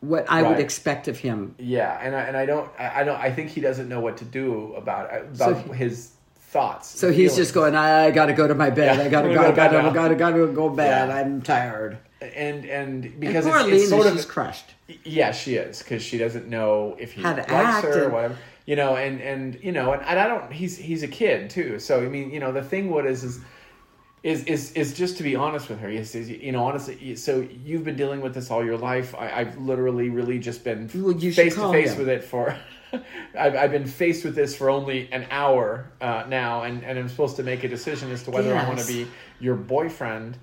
B: what I would
A: Right.
B: expect of him.
A: yeah, and I and I don't I, I don't I think he doesn't know what to do about about
B: So he-
A: his thoughts.
B: So he's just going, I, I gotta go to my bed.
A: Yeah.
B: I gotta
A: I'm
B: go,
A: gonna go
B: I
A: to
B: gotta,
A: bed now."
B: gotta, gotta go to bed.
A: Yeah.
B: I'm tired.
A: and and
B: And
A: because
B: poor
A: it's, it's
B: Lena,
A: sort
B: she's
A: of
B: crushed.
A: yeah she is because she doesn't know if he
B: How to
A: likes
B: act
A: her or
B: and-
A: whatever you know and and you know and, and I don't he's he's a kid too so I mean you know the thing what is is is is is just to be honest with her is, is you know honestly you- so you've been dealing with this all your life I, I've literally really just been
B: Well, you should
A: face to
B: call
A: face
B: him.
A: with it for. [laughs] I've, I've been faced with this for only an hour uh, now, and, and I'm supposed to make a decision as to whether I want to
B: Yes.
A: be your boyfriend.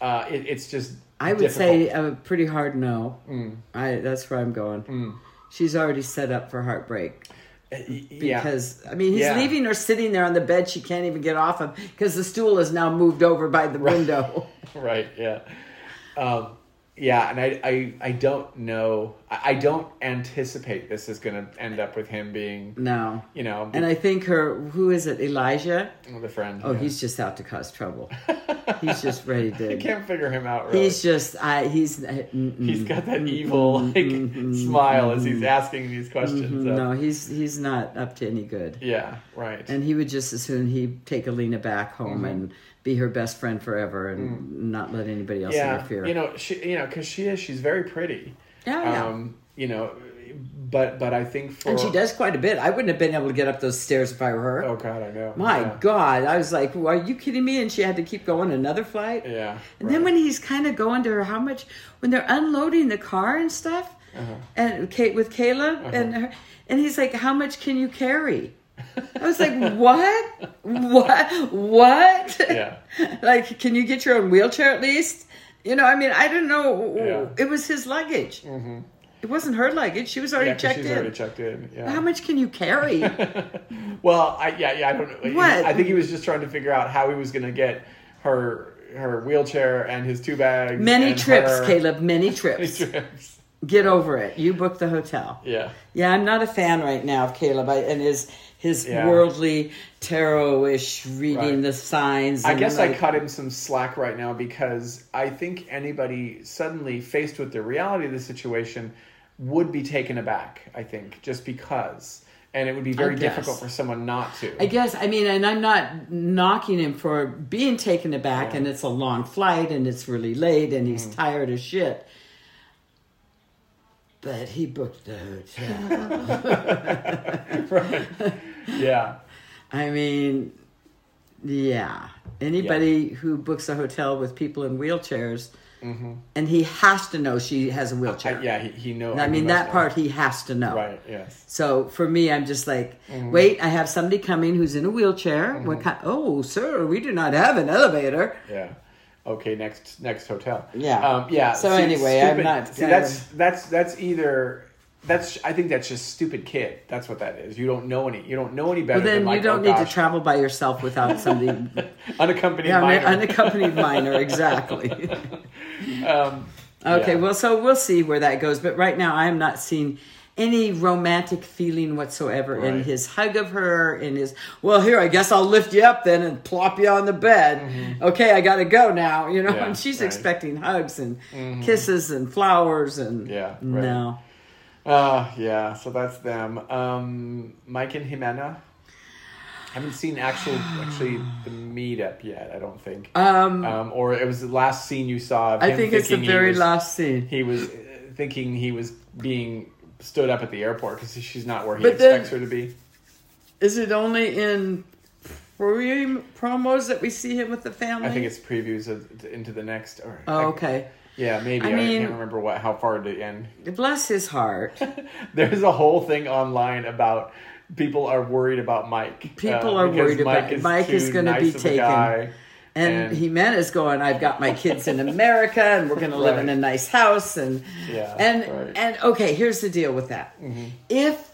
A: Uh, it, it's just
B: I would
A: difficult. Mm.
B: say a pretty hard no. I that's where I'm going. She's already set up for heartbreak
A: Uh, because
B: because I mean he's
A: Yeah.
B: leaving her sitting there on the bed she can't even get off of because the stool is now moved over
A: [laughs]
B: by the window.
A: right yeah um, yeah and I, I i don't know i I don't anticipate this is going to end up with him being
B: No.
A: you know
B: And I think her, who is it, Elijah?
A: the friend
B: Oh,
A: yeah.
B: he's just out to cause trouble.
A: [laughs]
B: he's just ready
A: i
B: to.
A: can't figure him out really
B: He's Mm-hmm. just, I, he's. uh, mm-mm.
A: he's got that evil like smile as he's asking these questions so-
B: Mm-hmm. No, he's he's not up to any good.
A: yeah right
B: And he would just as soon he take Alina back
A: Mm-hmm.
B: home and be her best friend forever and not let anybody else
A: Mm. yeah
B: interfere.
A: you know she you know because she is she's very pretty
B: Yeah, yeah.
A: um you know but but i think for
B: and she does quite a bit. I wouldn't have been able to get up those stairs if I were her.
A: oh god i know
B: My
A: yeah.
B: God, I was like, "Are you kidding me?" And she had to keep going another flight.
A: yeah
B: And
A: right.
B: then when he's kind of going to her, how much when they're unloading the car and stuff,
A: Uh-huh.
B: and Kate with Caleb and her, and he's like, "How much can you carry?" I was like, "What? what? What?
A: Yeah.
B: [laughs] like, can you get your own wheelchair at least?" You know, I mean, I don't know.
A: Yeah. Mm-hmm.
B: It was his luggage. It wasn't her luggage. She was already
A: yeah, 'cause
B: checked
A: she's
B: in.
A: already checked in yeah
B: How much can you carry?
A: [laughs] Well, I yeah yeah I don't know.
B: What?
A: I think he was just trying to figure out how he was going to get her her wheelchair and his two bags.
B: many
A: and
B: trips,
A: her-
B: Caleb. Many
A: Many [laughs]
B: trips.
A: trips.
B: Get over it. You booked the hotel.
A: Yeah.
B: Yeah, I'm not a fan right now of Caleb I, and his his
A: Yeah.
B: worldly tarot-ish reading
A: Right.
B: the signs.
A: I
B: and
A: guess I
B: like-
A: cut him some slack right now because I think anybody suddenly faced with the reality of the situation would be taken aback. I think just because, and it would be very
B: guess.
A: difficult for someone not to.
B: I guess I mean, and I'm not knocking him for being taken aback, and it's a long flight, and it's really late, and
A: Mm.
B: he's tired as shit. But he booked the
A: [laughs]
B: hotel.
A: yeah.
B: I mean, yeah. Anybody who books a hotel with people in wheelchairs, and he has to know she has a wheelchair.
A: Mm-hmm. I- yeah. He, he know.
B: I mean,
A: must
B: that
A: know.
B: part he has to know.
A: Right. Mm-hmm. Yes.
B: So for me, I'm just like, wait, I have somebody coming who's in a wheelchair. What
A: Mm-hmm.
B: kind? Oh, sir, we do not have an elevator.
A: Yeah. Okay. Next. Next hotel.
B: Yeah.
A: Um, yeah.
B: So anyway, I'm not-
A: See, that's that's that's either. That's I think that's just stupid kid. That's what that is. You don't know any. You don't know any better.
B: But then
A: than like,
B: you don't
A: oh,
B: need to
A: gosh,
B: travel by yourself
A: [laughs]
B: without somebody.
A: unaccompanied
B: yeah,
A: minor. [laughs]
B: an unaccompanied minor, exactly.
A: um,
B: Okay,
A: Yeah.
B: well, so we'll see where that goes. But right now, I'm not seeing any romantic feeling whatsoever in
A: Right.
B: his hug of her, in his, well, here, I guess I'll lift you up then and plop you on the bed. Okay, I gotta go now, you know?
A: Mm-hmm. Yeah,
B: and she's
A: right. Mm-hmm.
B: expecting hugs and kisses and flowers and.
A: Yeah, right.
B: No.
A: Uh, yeah, so that's them. Um, Mike and Jimena. Haven't seen actual actually the meetup yet. I don't think.
B: Um,
A: Um, or it was the last scene you saw. Of
B: I
A: him
B: think it's the
A: thinking he
B: very
A: was-
B: last scene.
A: He was uh, thinking he was being stood up at the airport because she's not where he
B: But then-
A: expects her to be.
B: Is it only in pre- promos that we see him with the family?
A: I think it's previews of, into the next. Or,
B: Oh, okay.
A: Yeah, maybe.
B: I
A: I,
B: mean-
A: can't remember what how far to end.
B: Bless his heart.
A: There's a whole thing online about people are worried about Mike. Uh,
B: People are
A: because
B: worried about- Mike is
A: too
B: gonna be
A: of a
B: taken.
A: guy.
B: And,
A: And-
B: Jimenez going, I've got my kids in America and we're going to live in a
A: Right.
B: nice house. And,
A: Yeah,
B: and,
A: right. Mm-hmm.
B: and okay, here's the deal with that. If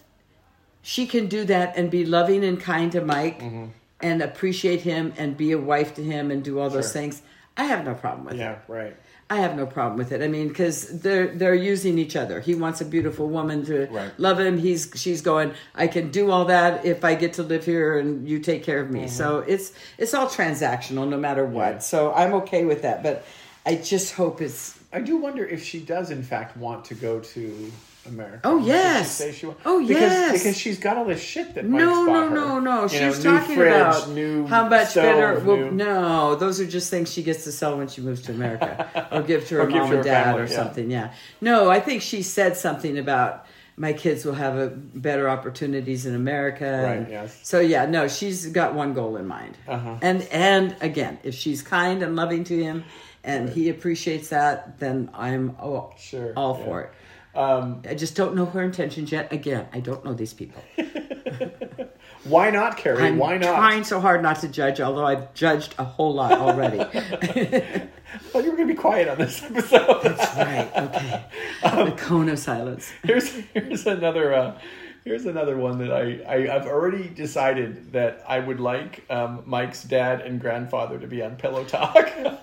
B: she can do that and be loving and kind to Mike
A: Mm-hmm.
B: and appreciate him and be a wife to him and do all those
A: Sure.
B: things, I have no problem with it.
A: Yeah, right.
B: I have no problem with it. I mean, because they're they're using each other. He wants a beautiful woman to
A: Right.
B: love him. He's she's going. I can do all that if I get to live here and you take care of me. So it's it's all transactional, no matter what.
A: Yeah.
B: So I'm okay with that. But I just hope it's
A: I do wonder if she does, in fact, want to go to America.
B: Oh,
A: Did she
B: yes.
A: say she wa-
B: Oh,
A: because,
B: yes.
A: Because she's got all this shit that Mike's
B: no, no,
A: bought her.
B: no, no.
A: You
B: She's
A: know, new
B: talking
A: fridge,
B: about
A: new
B: how much
A: stove,
B: better. Well,
A: new-
B: no, those are just things she gets to sell when she moves to
A: [laughs]
B: America, or give to her
A: Or give
B: mom
A: to her
B: and dad
A: family,
B: or
A: yeah.
B: something. Yeah. No, I think she said something about my kids will have a better opportunities in America. and-
A: Right, yes.
B: So yeah, no, she's got one goal in mind,
A: Uh-huh.
B: and and again, if she's kind and loving to him, and he appreciates that, then I'm all,
A: Sure,
B: all
A: yeah.
B: for it.
A: Um,
B: I just don't know her intentions yet. Again, I don't know these people.
A: why not, Carrie?
B: I'm
A: why not?
B: trying so hard not to judge, although I've judged a whole lot [laughs] already.
A: I thought you were going to be quiet on this [laughs] episode.
B: right, okay. the cone of silence.
A: here's here's another uh, here's another one that I, I I've already decided that I would like um, Mike's dad and grandfather to be on Pillow Talk.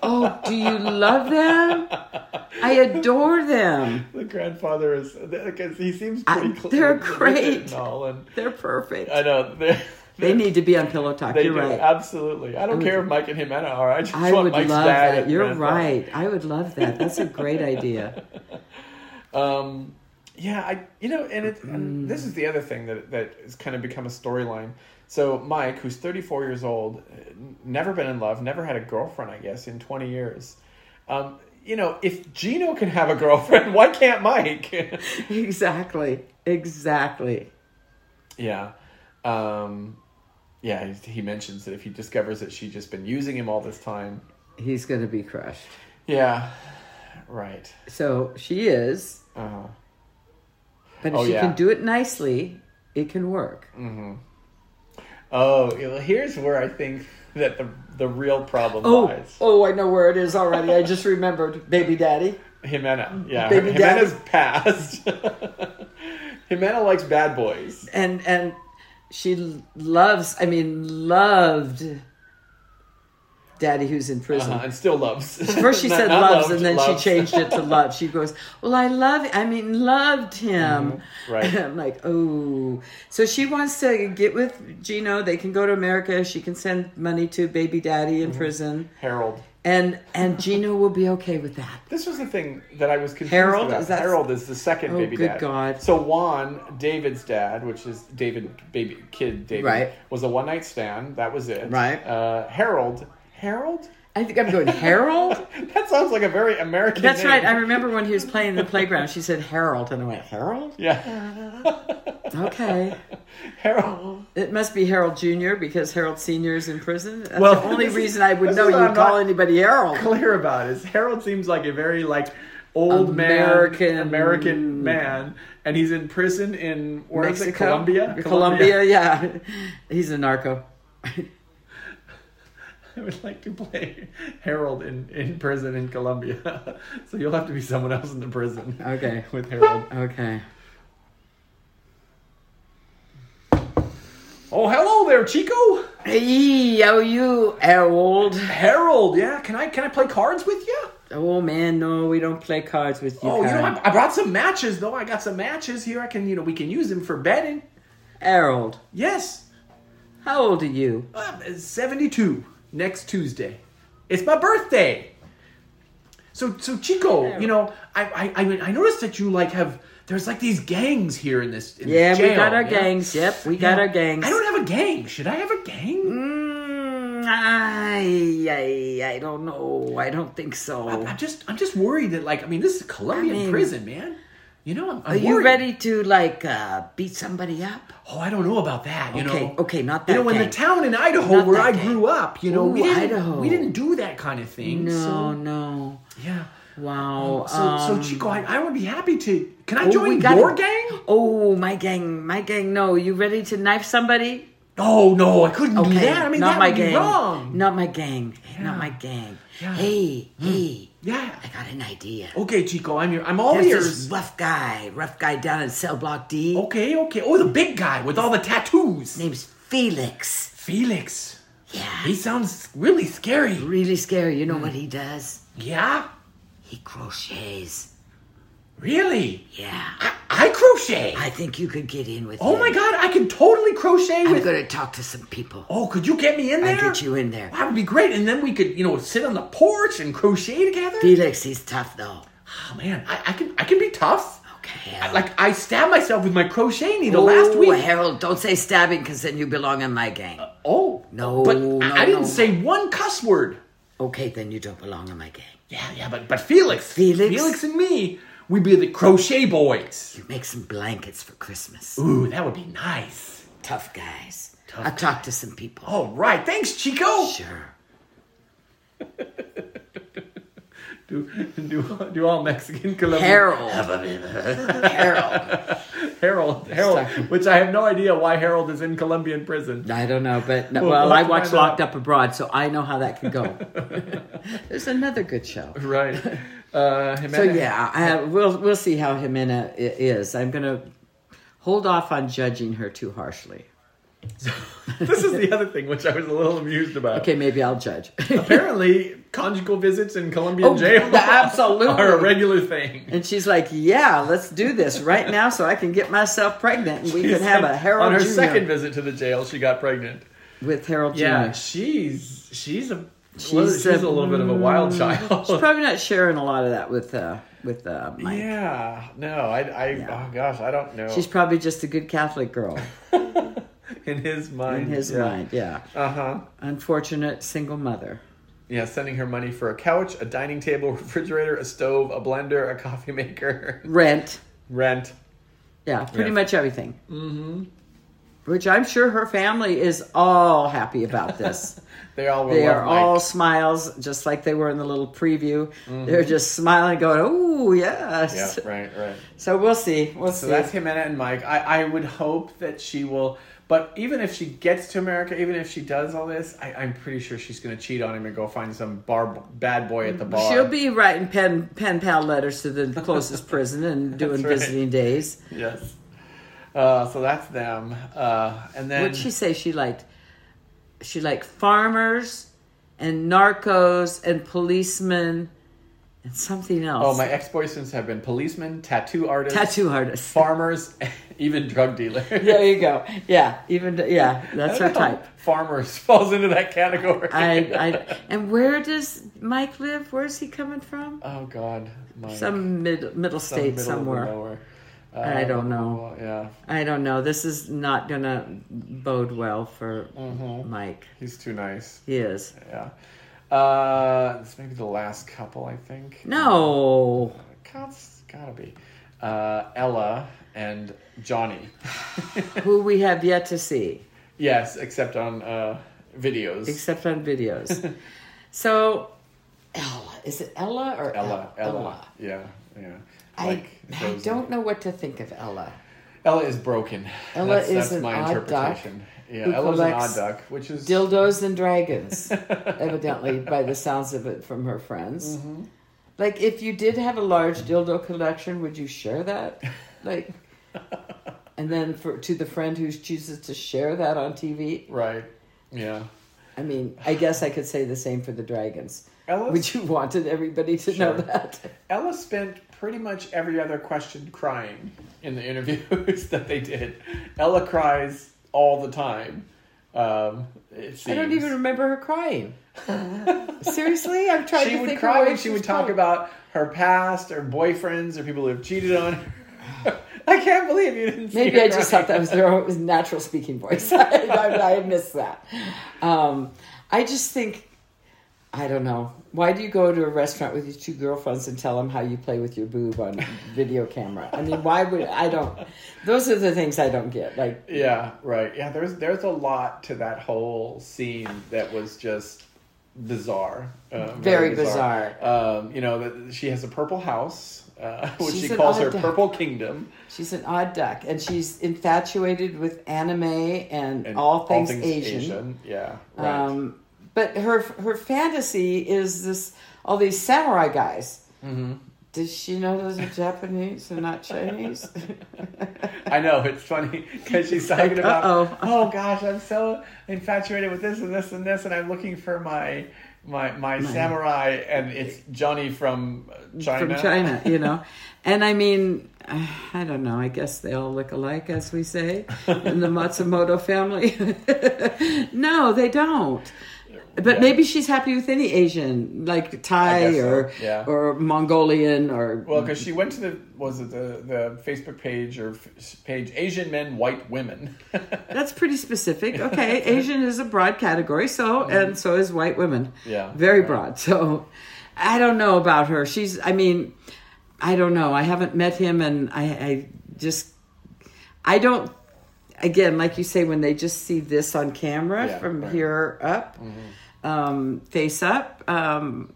B: Oh, do you love them?
A: [laughs]
B: I adore them.
A: the grandfather is because he seems
B: I-
A: pretty. cl-
B: they're
A: with it
B: great.
A: And all, and
B: They're perfect.
A: I know they're-
B: [laughs] They need to be on Pillow Talk.
A: They
B: You're
A: do,
B: right.
A: absolutely. I don't care if Mike and Jimena are. I just
B: I
A: want
B: would love
A: Mike's dad.
B: that.
A: and
B: You're
A: grandfather.
B: right. I would love that. That's a great [laughs] idea.
A: Um, yeah, I you know, and it
B: Mm.
A: and this is the other thing that that has kind of become a storyline. So Mike, who's 34 years old, uh, n- never been in love, never had a girlfriend, I guess, in 20 years. Um, you know, if Gino can have a girlfriend, why can't Mike? [laughs]
B: Exactly. Exactly.
A: yeah. Um, yeah, he- he mentions that if he discovers that she's just been using him all this time.
B: He's going to be crushed.
A: Yeah. Right.
B: So she is,
A: Uh,
B: but if
A: Oh,
B: she
A: yeah.
B: can do it nicely, it can work.
A: oh, you know, here's where I think that the the real problem
B: Oh,
A: lies.
B: oh, I know where it is already. I
A: [laughs]
B: just remembered, baby daddy.
A: Jimena, yeah.
B: Baby
A: Jimena's passed. [laughs] Jimena likes bad boys.
B: And and she l- loves. I mean, loved daddy who's in prison.
A: Uh, and still loves.
B: First she
A: [laughs] Not-
B: said
A: not
B: loves,
A: loved,
B: and then
A: loves.
B: she changed it
A: [laughs]
B: to love. She goes, "Well, I love. I mean, loved him."
A: Mhm, right.
B: [laughs] I'm like, oh. So she wants to get with Gino. They can go to America. She can send money to baby daddy
A: Mm-hmm.
B: in prison,
A: Harold.
B: and and Gino will be okay with that.
A: This was the thing that I was confused
B: Harold?
A: about.
B: Is that-
A: Harold is the second
B: Oh,
A: baby
B: good
A: dad.
B: God.
A: So Juan, David's dad, which is David, baby kid David,
B: Right.
A: was a one night stand. That was it.
B: Right.
A: Uh, Harold. Harold. [laughs]
B: I think I'm going Harold.
A: that sounds like a very American.
B: That's
A: name.
B: right. I remember when he was playing in the playground, she said Harold, and I went, Harold?
A: yeah.
B: Okay. [laughs]
A: Harold.
B: It must be Harold Jr. because Harold Sr. is in prison. That's
A: Well,
B: the only
A: this is-
B: reason I would
A: this
B: know
A: is
B: you
A: what
B: would
A: I'm
B: call
A: not-
B: anybody Harold.
A: clear about is Harold seems like a very like old
B: American-
A: man American man and he's in prison in where is it
B: Mexico?
A: Colombia
B: Colombia, yeah. [laughs] He's a narco.
A: [laughs]
B: [laughs]
A: I would like to play Harold in, in prison in Colombia [laughs] so you'll have to be someone else in the prison
B: Okay.
A: with Harold
B: Okay.
A: oh hello there Chico
B: Hey, how are you, Harold?
A: Harold yeah can I can I play cards with you
B: oh man, no, we don't play cards with you.
A: Oh, you know,
B: Karen."
A: I, I brought some matches though. I got some matches here. I can, you know, we can use them for bedding.
B: Harold,
A: Yes,
B: how old are you?
A: I'm seventy-two next Tuesday. It's my birthday. So, so Chico, you know, I, I, I, mean, I noticed that you like have. There's like these gangs here in this. In
B: Yeah,
A: this jail,
B: we got our
A: you know?
B: gangs. Yep, we got our gangs.
A: I don't have a gang. Should I have a gang?
B: Mm, I, I, I don't know. I don't think so.
A: I'm just, I'm just worried that like, I mean, this is Colombian
B: I mean-
A: prison, man. You know, I'm, I'm
B: Are you
A: worried.
B: ready to like uh, beat somebody up?
A: Oh, I don't know about that. You
B: Okay,
A: know,
B: okay, not
A: You know,
B: that
A: in the
B: gang.
A: town in Idaho
B: Not
A: where
B: that
A: I
B: gang.
A: grew up, you know, we
B: Ooh,
A: didn't,
B: Idaho.
A: we didn't do that kind of thing.
B: No,
A: so,
B: no.
A: yeah.
B: Wow.
A: So,
B: um,
A: so Chico, I, I would be happy to. Can I
B: oh, we
A: join
B: gotta-
A: your gang?
B: Oh, my gang, my gang. No, you ready to knife somebody?
A: No, no, I couldn't do that. I mean, that would
B: gang.
A: be wrong.
B: Not my gang. Not my
A: Yeah.
B: gang.
A: Yeah. Hmm. Oh,
B: Hey, hey,
A: Yeah.
B: I got an idea.
A: Okay, Chico, I'm your, I'm all
B: There's
A: ears.
B: this rough guy, rough guy down in cell block D.
A: Okay, okay. Oh, the big guy with all the tattoos.
B: Name's Felix.
A: Felix.
B: Yeah.
A: He sounds really scary.
B: really scary. You know
A: Hmm.
B: what he does?
A: Yeah?
B: He crochets.
A: Really?
B: Yeah.
A: I, I crochet.
B: I think you could get in with
A: Oh
B: him.
A: my god, I can totally crochet
B: I'm
A: with.
B: gonna talk to some people.
A: Oh, could you get me in there?
B: I'll get you in there.
A: That would be great. And then we could, you know, sit on the porch and crochet together.
B: Felix, he's tough though.
A: Oh man, I, I can I can be tough.
B: Okay.
A: I-
B: Harold.
A: like I stabbed myself with my crochet needle
B: Oh,
A: last week.
B: Harold, don't say stabbing because then you belong in my gang.
A: Oh
B: No,
A: but I-
B: no,
A: I, didn't
B: no.
A: say one cuss word.
B: Okay, then you don't belong in my gang.
A: Yeah, yeah, but but Felix,
B: Felix?
A: Felix and me, we'd be the crochet boys.
B: You make some blankets for Christmas.
A: Ooh, that would be nice.
B: Tough guys. I'll talk to some people.
A: All right, thanks, Chico.
B: Sure.
A: Do do do all Mexican Colombian
B: Harold. Harold.
A: Harold Harold, which I have no idea why Harold is in Colombian prison.
B: I don't know, but
A: We'll-
B: well,
A: we'll
B: I
A: have to
B: watch
A: find out.
B: Locked Up Abroad, so I know how that
A: [laughs]
B: could go. There's another good show. [laughs]
A: Right. Uh,
B: So
A: Jimena-
B: yeah, I, we'll we'll see how Jimena i- is. I'm gonna hold off on judging her too harshly.
A: [laughs] this is the other thing which I was a little amused about.
B: Okay, maybe I'll judge.
A: Apparently, conjugal visits in Colombian
B: Oh,
A: jail
B: absolutely.
A: [laughs] are a regular thing.
B: [laughs] and she's like, "Yeah, let's do this right now, so I can get myself pregnant, and we
A: She
B: can have
A: said
B: a Harold
A: on her
B: Jr.
A: second visit to the jail. She got pregnant.
B: with Harold
A: Yeah,
B: Jr.
A: she's she's a she's,
B: She's
A: a,
B: a- mm,
A: little bit of a wild
B: She's
A: [laughs] child.
B: probably not sharing a lot of that with uh, with uh, Mike.
A: Yeah, no, I, I
B: Yeah.
A: oh gosh, I don't know.
B: She's probably just a good Catholic girl
A: in his mind,
B: in his mind. Yeah,
A: Uh huh.
B: unfortunate single mother.
A: Yeah, sending her money for a couch, a dining table, [laughs] refrigerator, a stove, a blender, a coffee maker, [laughs]
B: Rent.
A: rent.
B: Yeah, pretty
A: Yeah.
B: much everything. Mm-hmm. Which I'm sure her family is all happy
A: [laughs]
B: about this.
A: They all were
B: they
A: love
B: are
A: Mike. Mm-hmm.
B: all smiles, just like they were in the little preview. They're just smiling, going, "Oh
A: yeah,
B: yes."
A: right, right.
B: So we'll see. We'll
A: So
B: see.
A: that's Jimena and Mike. I, I would hope that she will, but even if she gets to America, even if she does all this, I, I'm pretty sure she's going to cheat on him and go find some bar bad boy at the bar.
B: Mm, She'll be writing pen pen pal letters
A: [laughs]
B: to the closest prison and doing
A: right.
B: visiting days.
A: yes. Uh, so that's them, uh, and then
B: What'd she say? She liked she liked farmers and narcos and policemen and something else.
A: oh, my ex boyfriends have been policemen, tattoo artists,
B: tattoo artist.
A: farmers, [laughs] even drug dealers.
B: There you go. Yeah, even yeah, that's her
A: I don't know.
B: type.
A: Farmers [laughs] falls into that category.
B: I, I and where does Mike live? Where's he coming from?
A: [laughs] oh God, Mike.
B: Some mid, middle
A: Some
B: state
A: middle of
B: somewhere.
A: nowhere.
B: I don't know.
A: Uh, Yeah,
B: I don't know. This is not gonna bode well for
A: Mm-hmm.
B: Mike.
A: he's too nice.
B: He is.
A: Yeah. Uh, this may be the last couple, I think.
B: No.
A: It's gotta be. Uh, Ella and Johnny. [laughs]
B: Who we have yet to see,
A: yes, except on uh, videos.
B: except
A: [laughs]
B: on videos. so Ella. Is it Ella or
A: Ella, Ella. Yeah, yeah.
B: I, I
A: those-
B: don't know what to think of Ella.
A: Ella is broken.
B: Ella
A: that's,
B: is
A: that's
B: an
A: my
B: odd duck
A: interpretation.
B: who
A: yeah, Ella's an odd
B: collects
A: duck, which is
B: dildos and
A: [laughs]
B: dragons, evidently, by the sounds of it from her friends.
A: Mm-hmm.
B: Like, if you did have a large dildo collection, would you share that?
A: [laughs]
B: Like, and then for to the friend who chooses to share that on TV,
A: right. Yeah.
B: I mean, I guess I could say the same for the dragons.
A: Ella,
B: Would you wanted everybody to know
A: Sure.
B: that?
A: Ella spent pretty much every other question crying in the interviews [laughs] that they did. Ella cries all the time. Um, it
C: I don't
A: seems.
C: even remember her
A: [laughs]
C: crying. Seriously, I'm trying
A: She
C: to
A: would
C: think
A: cry
C: of
A: and she would talk about her past, her boyfriends, or people who have cheated on her. [laughs] I can't believe you didn't. see
C: Maybe
A: her
C: I just
A: crying.
C: thought that was their own, was natural speaking voice. [laughs] I, I, I missed that. Um, I just think, I don't know. Why do you go to a restaurant with your two girlfriends and tell them how you play with your boob on video camera? I mean, why would I don't? Those are the things I don't get. Like,
A: Yeah, right. Yeah, there's there's a lot to that whole scene that was just bizarre. Um,
C: Very
A: Um, you know that she has a purple house, uh, [laughs] which
C: She's
A: she
C: an
A: calls her
C: odd duck.
A: purple kingdom.
C: She's an odd duck, and she's infatuated with anime and, all things, Asian.
A: Yeah, right.
C: [laughs] Um, but her her fantasy is this all these samurai guys.
A: Mm-hmm.
C: Does she know those are Japanese and not
A: [laughs]
C: Chinese?
A: I know it's funny because she's talking about,
B: uh-oh.
A: oh gosh, I'm so infatuated with this and this and this, and I'm looking for my my my samurai, and it's Johnny from uh, China.
B: From China, you know. and I mean, [sighs] I I don't know. I guess they all look alike, as we say, in the Matsumoto family. [laughs] no, they don't. But
A: Yeah.
B: maybe she's happy with any Asian, like
A: I
B: Thai
A: guess so,
B: or
A: yeah.
B: or Mongolian or
A: Well, because she went to the was it the the Facebook page or f- page Asian men, white women. [laughs]
B: That's pretty specific. Okay, Asian is a broad category, so and so is white women.
A: Mm-hmm. Yeah,
B: very
A: right.
B: broad. So I don't know about her. She's. I mean, I don't know. I haven't met him, and I, I just. I don't. Again, like you say, when they just see this on camera
A: Yeah,
B: from
A: right. Mm-hmm.
B: here up, um, face up. Um,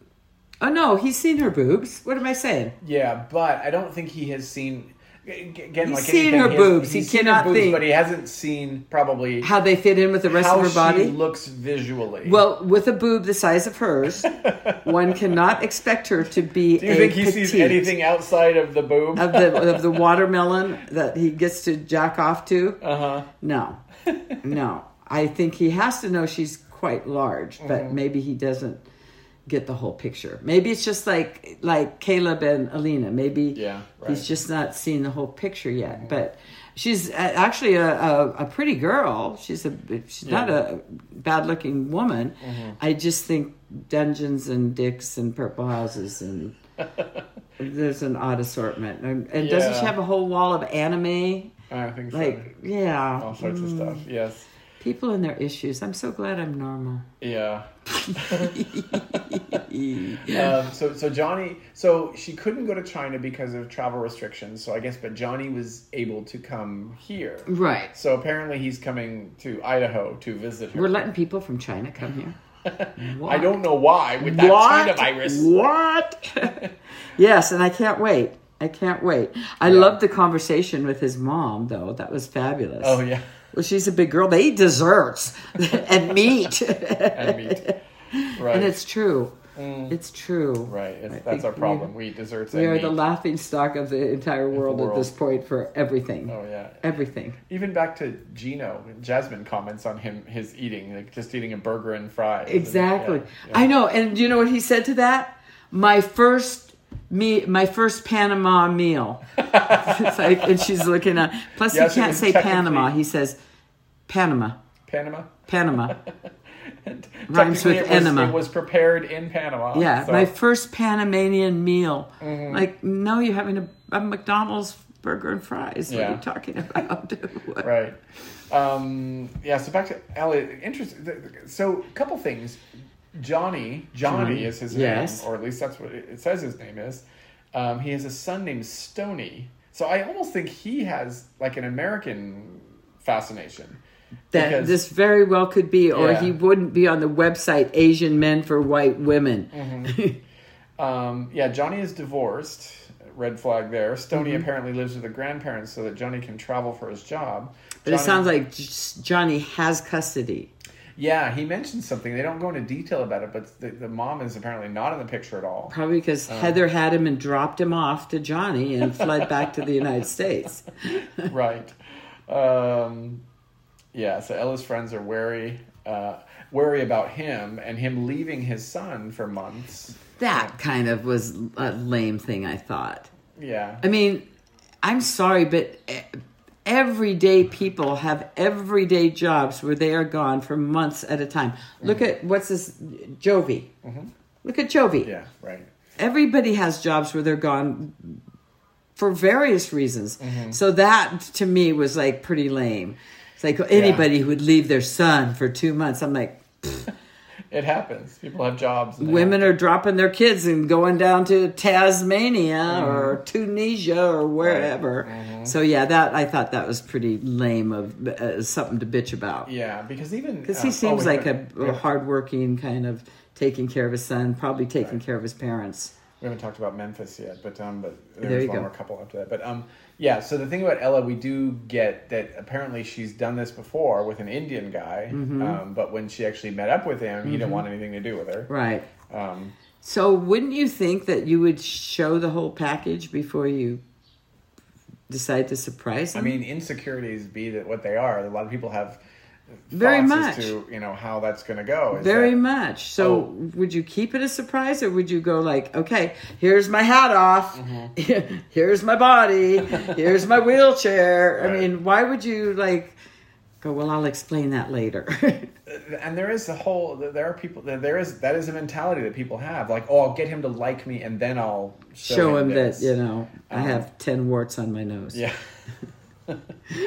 B: oh no, he's seen her boobs. What am I saying?
A: yeah, but I don't think he has seen. g- g- Again,
B: He's
A: like
B: seen
A: anything,
B: her
A: has-
B: boobs.
A: he's
B: He
A: seen her
B: cannot
A: boobs,
B: think.
A: but he hasn't seen probably
B: How they fit in with the rest
A: how
B: of her body?
A: she looks visually.
B: Well, with a boob the size
A: [laughs]
B: of hers, one cannot expect her to be.
A: do you think he sees anything outside of the boob? [laughs]
B: of the of the watermelon that he gets to jack off to?
A: Uh huh. [laughs]
B: No, no. I think he has to know she's quite large, but
A: Mm-hmm.
B: maybe he doesn't get the whole picture. Maybe it's just like like Caleb and Alina. Maybe
A: Yeah, right. Mm-hmm.
B: he's just not seen the whole picture yet. But she's a- actually a, a, a pretty girl. She's a she's not a bad looking woman.
A: Mm-hmm.
B: I just think dungeons and dicks and purple
A: [laughs]
B: houses and. There's an odd assortment, and, and doesn't she
A: Yeah.
B: have a whole wall of anime?
A: I think so.
B: Like, mm. yeah,
A: all sorts of stuff. Yes.
B: People and their issues. I'm so glad I'm normal.
A: Yeah.
B: [laughs]
A: um, so so Johnny so she couldn't go to China because of travel restrictions. So I guess but Johnny was able to come here.
B: Right.
A: So apparently he's coming to Idaho to visit her.
B: We're letting people from China come here.
A: [laughs] I don't know why with that China virus.
B: What? [laughs] yes, and I can't wait. I can't wait. I loved the conversation with his mom, though. That was fabulous.
A: Oh yeah.
B: Well, she's a big girl. They eat desserts [laughs] and meat.
A: [laughs] And meat. Right.
B: [laughs]
A: Mm.
B: and it's true. It's true.
A: right. It's,
B: think
A: that's our
B: we-
A: problem. We, eat desserts
B: We
A: and
B: are
A: meat.
B: the laughing stock of the entire world,
A: world.
B: at this point for everything.
A: oh yeah.
B: Everything.
A: Even back to Gino, Jasmine comments on him his eating, like just eating a burger and fries.
B: Exactly.
A: And- yeah, yeah.
B: I know. And you know what he said to that? My first me my first
A: [laughs]
B: Panama meal. it's like and she's looking at plus
A: Yeah, so
B: he can't
A: it's
B: say Panama.
A: technically-
B: He says Panama.
A: Panama. [laughs]
B: Panama.
A: Rhymes
B: with
A: it was,
B: enema.
A: It was prepared in Panama.
B: Yeah.
A: so- Mm-hmm.
B: My first Panamanian meal. Like, no, you're having a, a McDonald's burger and fries. What are
A: Yeah.
B: you talking about?
A: [laughs]
B: [laughs]
A: right. Um, yeah. So back to Elliot. Interesting. So a couple things. Johnny. Johnny,
B: Johnny,
A: is his
B: yes.
A: name, or at least that's what it says his name is. Um, he has a son named Stony. So I almost think he has like an American fascination.
B: that
A: Because-
B: this very well could be, or
A: Yeah.
B: he wouldn't be on the website Asian Men for White Women.
A: Mm-hmm. Um, yeah, Johnny is divorced. Red flag there. Stony
B: Mm-hmm.
A: apparently lives with the grandparents so that Johnny can travel for his job.
B: [laughs] But it
A: Johnny-
B: sounds like J- Johnny has custody.
A: Yeah, he mentioned something. They don't go into detail about it, but the, the mom is apparently not in the picture at
B: [laughs]
A: all.
B: Probably because Heather had him and dropped him off to Johnny and fled back to the United States.
A: right. Um, yeah, so Ella's friends are wary. uh, worry about him and him leaving his son for months.
B: That kind of was a lame thing, I thought.
A: Yeah.
B: I mean, I'm sorry, but e- everyday people have everyday jobs where they are gone for months at a time. Look at what's this Jovi. Look at Jovi.
A: Yeah, right.
B: Everybody has jobs where they're gone for various reasons.
A: Mm-hmm.
B: So that to me was like pretty lame. It's like anybody who would leave their son for two months. I'm like,
A: It happens. People have jobs. and they-
B: women are dropping their kids and going down to Tasmania
A: Mm-hmm.
B: or Tunisia or wherever. So yeah, that I thought that was pretty lame of uh, something to bitch about.
A: Yeah, because even
B: Because
A: uh,
B: he seems
A: oh, we
B: like a,
A: haven't-
B: a hardworking kind of taking care of his son, probably taking care of his parents.
A: we haven't talked about Memphis yet, but um, but
B: There
A: there, was
B: you
A: one
B: go.
A: more couple after that. But um, yeah. So the thing about Ella, we do get that apparently she's done this before with an Indian guy.
B: Mm-hmm.
A: Um, but when she actually met up with him, he didn't want anything to do with her.
B: Right.
A: Um,
B: So wouldn't you think that you would show the whole package before you decide to surprise him?
A: I mean, insecurities be that what they are. A lot of people have
B: Very
A: thoughts
B: much.
A: as to you know how that's going to go. Is
B: Very
A: that-
B: much. So,
A: Oh.
B: would you keep it a surprise, or would you go like, "Okay, here's my hat off,
A: Mm-hmm.
B: [laughs] here's my body, here's my wheelchair"? I
A: Right.
B: mean, why would you like go? Well, I'll explain that later. [laughs]
A: and there is the whole there are people there- there is that is a mentality that people have like oh i'll get him to like me and then i'll
B: Show him that
A: this.
B: you know I
A: Um,
B: have ten warts on my nose.
A: yeah [laughs] um
B: you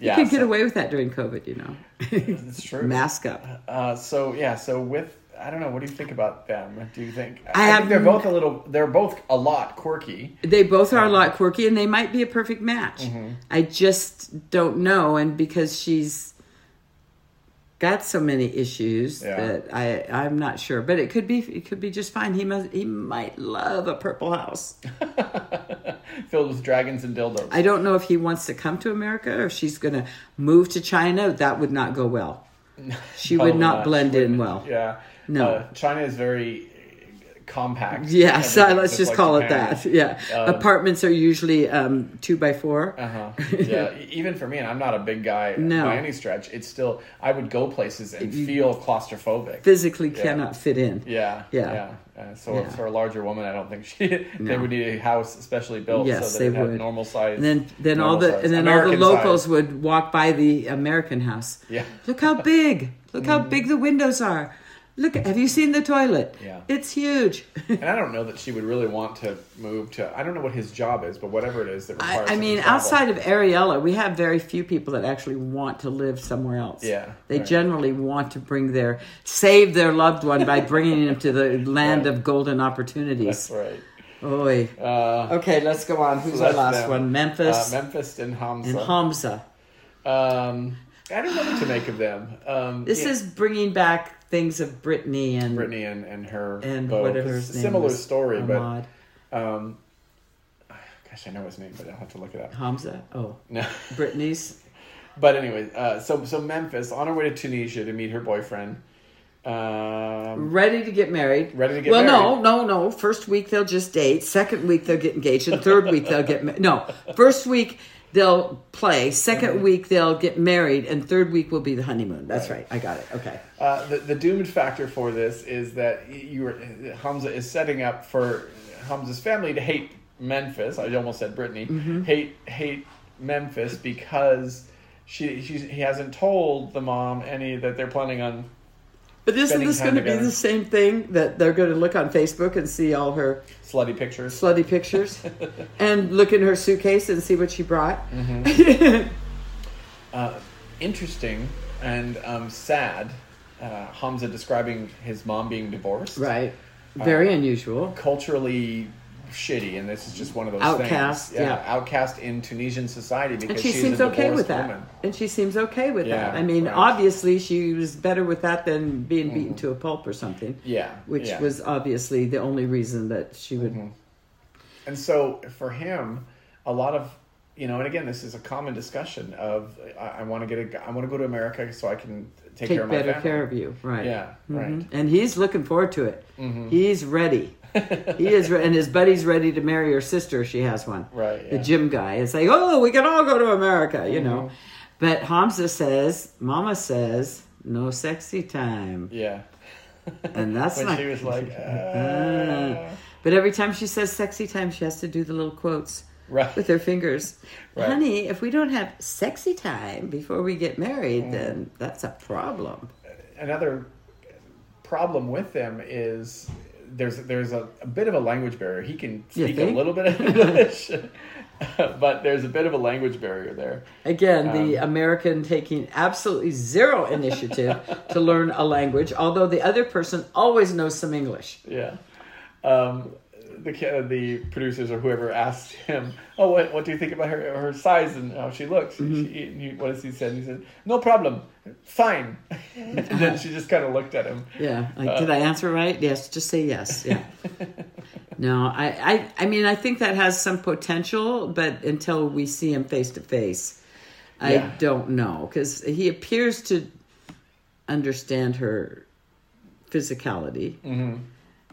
A: yeah
B: could get
A: so-
B: away with that during COVID, you know. [laughs]
A: it's true
B: Mask up.
A: uh so yeah so with i don't know what do you think about them do you think i,
B: have
A: think they're
B: n-
A: both a little they're both a lot quirky [laughs]
B: They both are a lot quirky, and they might be a perfect match.
A: Mm-hmm.
B: I just don't know, and because she's got so many issues
A: Yeah.
B: that I I'm not sure. But it could be it could be just fine. He must he might love a purple house.
A: filled with dragons and dildos
B: I don't know if he wants to come to America or if she's going to move to China. That would not go
A: [laughs]
B: well. She would
A: Probably
B: not,
A: Oh, not.
B: blend
A: She
B: in well.
A: yeah
B: No.
A: Uh, china is very compact
B: Yeah, so
A: Everything,
B: let's just
A: like
B: call it
A: Japan.
B: that. Yeah,
A: Um,
B: apartments are usually um, two by 4
A: Uh-huh.
B: [laughs]
A: Yeah, e- even for me, and I'm not a big guy
B: No.
A: by any stretch. It's still I would go places and
B: You-
A: feel claustrophobic.
B: Physically
A: Yeah.
B: cannot fit in.
A: yeah,
B: Yeah.
A: yeah. Uh, so
B: Yeah.
A: for a larger woman, I don't think she [laughs] they
B: No.
A: would need a house especially built
B: Yes,
A: so
B: they
A: that it had
B: would.
A: normal size.
B: And then, then all
A: normal
B: the
A: size.
B: and then
A: American
B: all the
A: size.
B: locals would walk by the American house.
A: Yeah. Mm-hmm.
B: Look how big! Look how big the windows are! Look, have you seen the toilet?
A: Yeah.
B: It's huge.
A: [laughs]
B: I,
A: And I don't know that she would really want to move to. I don't know what his job is, but whatever it is that requires.
B: I
A: him to
B: mean,
A: travel.
B: outside of Ariella, we have very few people that actually want to live somewhere else.
A: Yeah,
B: They
A: right.
B: generally want to bring their save their loved one by bringing them to
A: [laughs]
B: the land
A: Right.
B: of golden opportunities.
A: That's right.
B: Oi.
A: Uh,
B: Okay, let's go on. Who's our
A: that's
B: last
A: them.
B: one?
A: uh,
B: Memphis
A: Memphis and Hamza.
B: and Hamza.
A: um, I don't know what to make of them. Um,
B: This
A: yeah.
B: is bringing back things of Brittany and
A: Brittany and, and her
B: and
A: beau.
B: whatever his name
A: Oh, similar
B: was,
A: story,
B: Ahmad.
A: but um, gosh, I know his name, but I'll have to look it up.
B: Hamza. Oh,
A: No,
B: Brittany's.
A: but anyway, uh, so so Memphis on her way to Tunisia to meet her boyfriend. Um,
B: Ready to get married.
A: Ready to get
B: well,
A: married.
B: no, no, no. First week they'll just date. Second week they'll get engaged. And third week they'll get ma- no. First week they'll play. 2nd
A: Mm-hmm.
B: week they'll get married. And third week will be the honeymoon. That's right. I got it. Okay.
A: uh, the the doomed factor for this is that y- you were Hamza is setting up for Hamza's family to hate Memphis. I almost said Brittany. Hate hate Memphis because she she's, he hasn't told the mom any that they're planning on
B: But isn't
A: Spending
B: this
A: time
B: going to be
A: together.
B: the same thing that they're going to look on Facebook and see all her
A: slutty pictures.
B: slutty
A: [laughs]
B: pictures and look in her suitcase and see what she brought?
A: Mm-hmm.
B: [laughs]
A: uh, interesting and um, sad. Uh, Hamza describing his mom being divorced.
B: Right.
A: Uh,
B: Very unusual.
A: Culturally shitty, and this is just one of those
B: Outcast,
A: things.
B: yeah.
A: Outcast in Tunisian society because
B: And she
A: she's
B: seems
A: a
B: okay with
A: divorced
B: that.
A: Woman.
B: And she seems okay with that.
A: Yeah,
B: I mean,
A: right. Mm-hmm.
B: obviously, she was better with that than being beaten to a pulp or something.
A: Yeah,
B: Which
A: yeah. Mm-hmm.
B: was obviously the only reason that she would.
A: And so for him, a lot of you know, and again, this is a common discussion of I, I want to get a, I want to go to America so I can take,
B: Take
A: care of my
B: better
A: family.
B: care of you, right? Mm-hmm.
A: Yeah, right. Mm-hmm.
B: And he's looking forward to it. He's ready. he is, re- and his buddy's ready to marry her sister. if She has one,
A: Right,
B: The
A: yeah.
B: gym guy is like,
A: Mm-hmm.
B: "Oh, we can all go to America," you know. But Hamza says, "Mama says no sexy time.
A: Yeah. [laughs]
B: And that's
A: when
B: not.
A: she was
B: [laughs]
A: like, uh,
B: Ah. But every time she says sexy time, she has to do the little quotes
A: right.
B: with her fingers.
A: [laughs] Right.
B: Honey, if we don't have sexy time before we get married, then that's a problem.
A: another problem with them is there's there's a, a bit of a language barrier. He can
B: You
A: speak a
B: think?
A: little bit of English, [laughs] but there's a bit of a language barrier there.
B: Again, the
A: Um.
B: American taking absolutely zero initiative to learn a language, although the other person always knows some English.
A: Yeah. Um, the ca- the producers or whoever asked him, "Oh, what, what do you think about her her size and how she looks?" She, and he, what does he said? He said, "No problem, fine." [laughs] and then she just kind of looked at him.
B: Yeah. Like,
A: Uh,
B: did I answer right? Yes. Just say
A: [laughs]
B: yes. Yeah. no, I, I, I mean, I think that has some potential, but until we see him face to face, I
A: Yeah.
B: don't know because he appears to understand her physicality.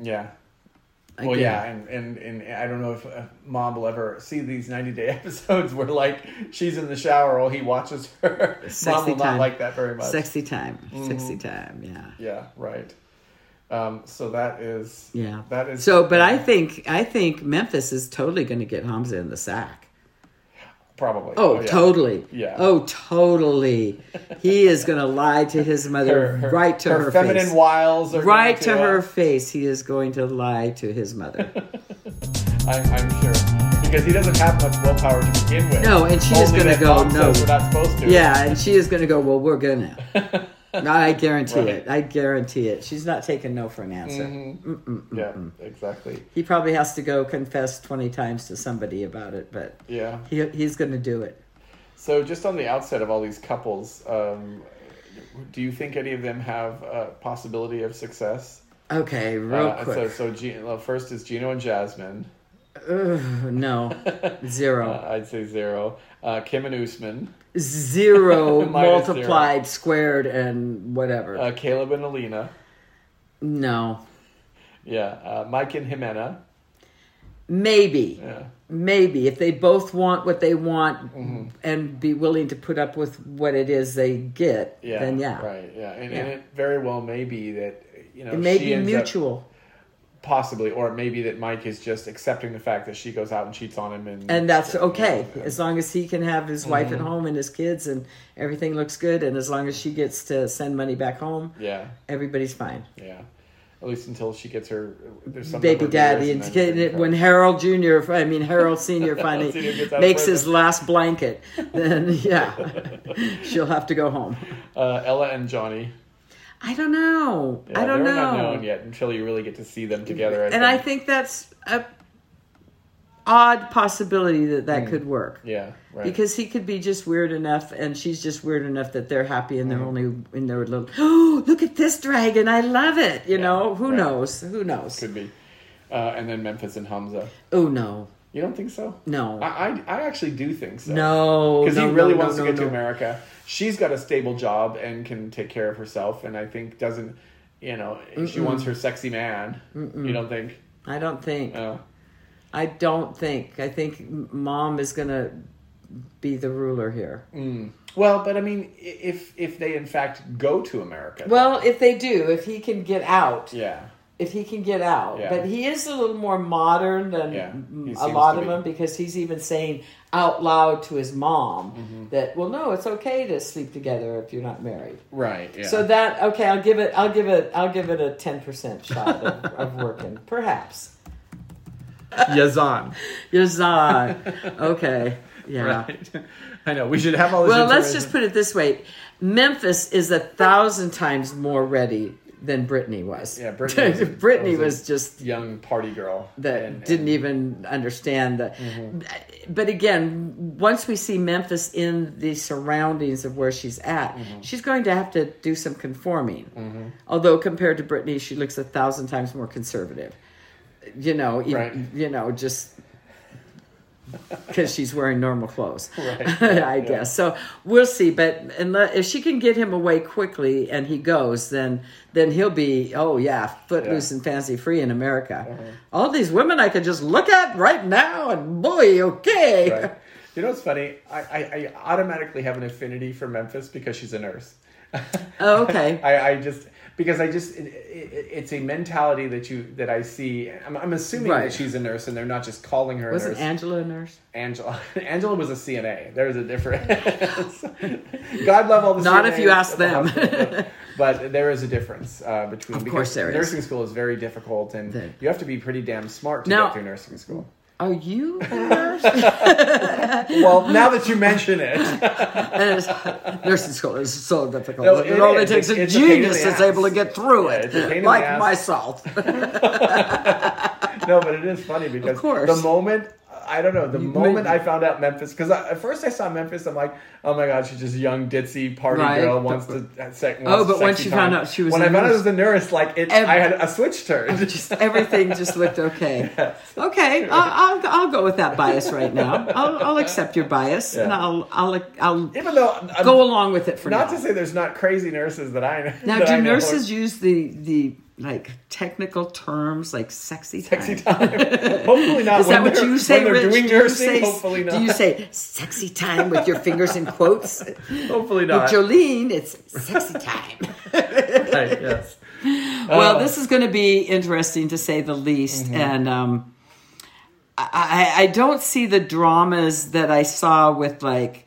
A: Yeah.
B: I
A: Mm. well,
B: guess.
A: yeah, and, and and I don't know if uh, mom will ever see these ninety day [laughs] episodes where like she's in the shower while he watches
B: [laughs]
A: her. mom
B: Sexy
A: will not
B: time.
A: like that very much. Mm-hmm.
B: Sexy time. Sexy time. Yeah.
A: Yeah, right. Um, so that is
B: Yeah.
A: that is
B: So, but I think I think Memphis is totally going to get Hamza in the sack.
A: probably
B: Oh,
A: yeah.
B: totally.
A: Yeah.
B: Oh, totally. He is going to lie to his
A: Her-
B: mother
A: her-
B: right to her,
A: feminine
B: face.
A: wiles are
B: right to
A: going uh,
B: her face, he is going to lie to his mother.
A: [laughs] I, I'm sure because he doesn't have much willpower to begin with.
B: No, and she's
A: Only
B: gonna
A: that
B: go,
A: Mom
B: "No."
A: says we're not supposed to.
B: yeah, and she is going to go, Well, we're going
A: [laughs]
B: to. I guarantee it. I guarantee it. She's not taking no for an answer.
A: Mm-hmm. yeah,
B: Mm-hmm.
A: exactly.
B: He probably has to go confess 20 times to somebody about it, but
A: Yeah.
B: he, he's going to do it.
A: So, just on the outset of all these couples, um, do you think any of them have a possibility of success?
B: Okay, real
A: Uh,
B: quick.
A: So, so G- well, first is Gino and Jasmine.
B: Ugh,
A: [laughs]
B: no, zero,
A: Uh, I'd say zero. Uh, Kim and Usman. [laughs]
B: zero
A: Minus
B: multiplied, squared, and whatever.
A: Uh, Caleb and Alina.
B: no,
A: Yeah. Uh, Mike and Jimena.
B: maybe,
A: Yeah.
B: maybe if they both want what they want
A: Mm-hmm.
B: and be willing to put up with what it is they get,
A: Yeah.
B: then yeah,
A: Right. Yeah. And, and
B: Yeah.
A: it very well may be that you know
B: it may
A: she
B: be
A: ends up-
B: mutual.
A: possibly, or it may be that Mike is just accepting the fact that she goes out and cheats on him, and
B: and that's okay as long as he can have his wife
A: Mm-hmm.
B: at home and his kids and everything looks good and as long as she gets to send money back home
A: yeah.
B: everybody's fine
A: Yeah, at least until she gets her there's some
B: baby
A: number of
B: daddy
A: years
B: and
A: then
B: kid-
A: it
B: when harold junior i mean
A: [laughs]
B: harold senior finally
A: Senior gets out of
B: makes his
A: prison.
B: last blanket then
A: [laughs]
B: yeah [laughs] she'll have to go home
A: comes. uh, Ella and Johnny.
B: i don't know
A: Yeah,
B: i don't
A: they're
B: know
A: not known yet until you really get to see them together. I
B: and i
A: think.
B: think that's a odd possibility that that could work
A: yeah, Hmm. right.
B: because he could be just weird enough and she's just weird enough that they're happy and they're
A: Hmm.
B: only in their little oh look at this dragon i love it you know who
A: right.
B: knows who knows
A: could be, uh, and then Memphis and Hamza.
B: oh no
A: You don't think so?
B: no
A: I I, I actually do think so.
B: no
A: because
B: no,
A: he really
B: no,
A: wants
B: no,
A: to get
B: no,
A: to
B: no.
A: America. She's got a stable job and can take care of herself, and I think doesn't. You know, she wants her sexy man. You don't think?
B: i don't think
A: Uh,
B: i don't think i think m- mom is gonna be the ruler here
A: Hmm. well, but I mean, i- if if they in fact go to America,
B: well if they do if he can get out
A: yeah,
B: if he can get out.
A: Yeah.
B: But he is a little more modern than
A: Yeah, he
B: m- a
A: seems
B: lot
A: to
B: of
A: be.
B: them because he's even saying out loud to his mom
A: Mm-hmm.
B: that, well, no, it's okay to sleep together if you're not married.
A: right. Yeah. [laughs]
B: So that okay, I'll give it. I'll give it. I'll give it a ten percent shot
A: [laughs]
B: of, of working, perhaps.
A: Yazan. [laughs]
B: Yazan. Okay. Yeah.
A: Right. [laughs] I know. We should have all this.
B: Well, let's just
A: information.
B: put it this way: Memphis is a thousand times more ready than Brittany was.
A: Yeah,
B: [laughs]
A: Brittany was-
B: Brittany
A: was a-
B: was just
A: young party girl
B: that
A: And- Mm-hmm.
B: didn't even understand that. But again, once we see Memphis in the surroundings of where she's at,
A: Mm-hmm.
B: she's going to have to do some conforming. Although compared to Brittany, she looks a thousand times more conservative. You know, e-
A: Right.
B: you know, just because she's wearing normal clothes,
A: [laughs] Right.
B: [laughs] I
A: Yeah.
B: guess. So we'll see. But unless, if she can get him away quickly and he goes, then then he'll be oh yeah, footloose
A: Yeah.
B: and fancy free in America.
A: Uh-huh.
B: All these women I could just look at right now, and boy,
A: [laughs]
B: okay. [laughs]
A: Right. You know what's funny? I, I, I automatically have an affinity for Memphis because she's a nurse. [laughs]
B: Oh, okay.
A: I, I just because I just it, it, it's a mentality that you that I see. I'm, I'm assuming
B: Right.
A: that she's a nurse and they're not just calling her a
B: Wasn't
A: nurse.
B: Angela a nurse?
A: Angela [laughs] Angela was a CNA. There's a difference. [laughs] God love all the
B: Not if
A: CNAs
B: you ask
A: at the
B: them.
A: hospital, but, but there is a difference uh, between
B: Of
A: because
B: course there is.
A: nursing school is very difficult and
B: The-
A: you have to be pretty damn smart to
B: Now-
A: get through nursing school.
B: Are you [laughs] a nurse?
A: Well, now that you mention it, [laughs]
B: And it's- nursing school is so difficult.
A: No,
B: it,
A: it
B: only
A: is.
B: takes a
A: It's a pain in
B: genius
A: the
B: that's
A: ass.
B: able to get through
A: Yeah, it's a pain in
B: it,
A: the
B: like
A: ass.
B: myself.
A: [laughs] no, but it is funny because
B: Of course.
A: the moment I don't know the moment I found out Memphis because at first I saw Memphis, I'm like, oh my god, she's just a young ditzy party
B: Right. Oh,
A: girl wants to sec, wants
B: but when
A: sexy
B: she found
A: time.
B: out she was
A: when
B: a
A: I found out
B: nurse-
A: it was a nurse, like it,
B: Every-
A: I had a switch turned.
B: just everything just looked okay.
A: [laughs]
B: Okay, I'll, I'll I'll go with that bias right now. I'll I'll accept your bias and
A: Yeah.
B: I'll I'll I'll
A: Even though I'm-
B: go along with it for
A: not
B: now.
A: to say there's not crazy nurses that I know.
B: now,
A: that I
B: do
A: know are
B: nurses use the the like technical terms like sexy
A: [laughs]
B: time?
A: sexy time? hopefully not.
B: Is
A: when
B: that what
A: they're-
B: you say,
A: When they're
B: Rich?
A: doing
B: do
A: nursing,
B: you say,
A: hopefully not.
B: Do you say sexy time with your fingers in quotes?
A: [laughs] hopefully
B: With
A: not.
B: Jolene, it's sexy time.
A: [laughs] Right, yes.
B: well,
A: Uh, Mm-hmm.
B: this is going to be interesting to say the least, and um, I, I I don't see the dramas that I saw with like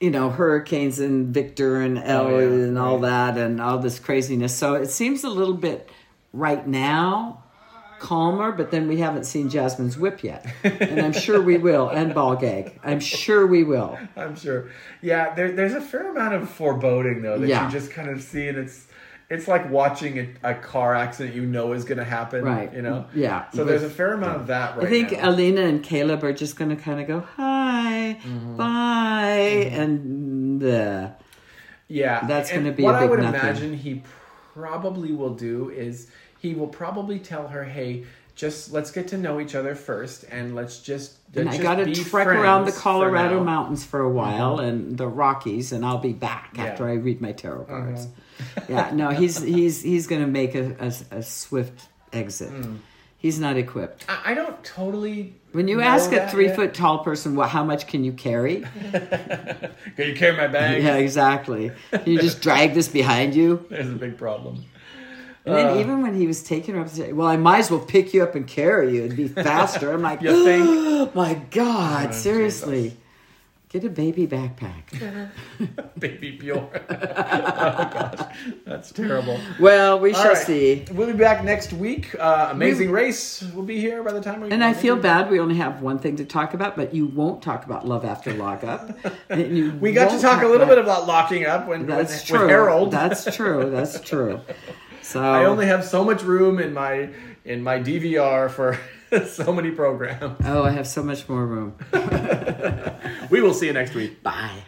B: you know hurricanes and Victor and Ellie
A: Oh, yeah,
B: and all
A: right.
B: that and all this craziness. So it seems a little bit right now calmer, but then we haven't seen Jasmine's whip yet, and I'm sure we will, and ball gag. I'm sure we will.
A: I'm sure. Yeah, there, there's a fair amount of foreboding though that
B: Yeah.
A: you just kind of see, and it's it's like watching a, a car accident you know is going to happen.
B: Right.
A: You know.
B: Yeah.
A: So there's a fair amount of that right
B: I think
A: now.
B: Alina and Caleb are just going to kind of go, hi,
A: Mm-hmm.
B: bye, and uh,
A: Yeah,
B: That's
A: and
B: gonna be
A: what
B: a
A: I
B: big
A: would
B: nothing.
A: imagine he probably will do is he will probably tell her, "Hey, just let's get to know each other first, and let's just
B: and
A: let's just
B: I got to
A: be
B: trek
A: friends
B: around the
A: for
B: Colorado
A: now." Mm-hmm.
B: mountains for a while and the Rockies, and I'll be back
A: Yeah. Mm-hmm.
B: after I read my tarot cards.
A: [laughs]
B: yeah, no, he's he's he's going to make a, a, a swift exit.
A: Mm.
B: He's not equipped.
A: I, I don't totally.
B: When you
A: know
B: ask a
A: that
B: three
A: yet.
B: foot tall person, what, how much can you carry?
A: [laughs] can you carry my bag?
B: yeah, exactly. Can you just drag this behind you?
A: There's a big
B: [laughs]
A: problem.
B: And then even when he was taking her up, he said, well, I might as well pick you up and carry you.
A: [laughs]
B: It'd be faster. I'm like,
A: You think? Oh,
B: [gasps] my God, seriously. Get a baby backpack.
A: Baby
B: [laughs]
A: Bjorn. oh gosh, that's terrible.
B: Well, we
A: All
B: shall
A: right.
B: see.
A: We'll be back next week. Uh, amazing race. We'll be here by the time we.
B: And I feel bad we only have one thing to talk about, but you won't talk about love after log up. And you
A: We got to
B: won't
A: talk a little
B: about-
A: bit about locking up when
B: That's
A: with,
B: true.
A: with Harold.
B: That's true.
A: [laughs]
B: That's true. So
A: I only have so much room in my in my DVR for [laughs] so many programs.
B: Oh, I have so much more room.
A: We will see you next week.
B: Bye.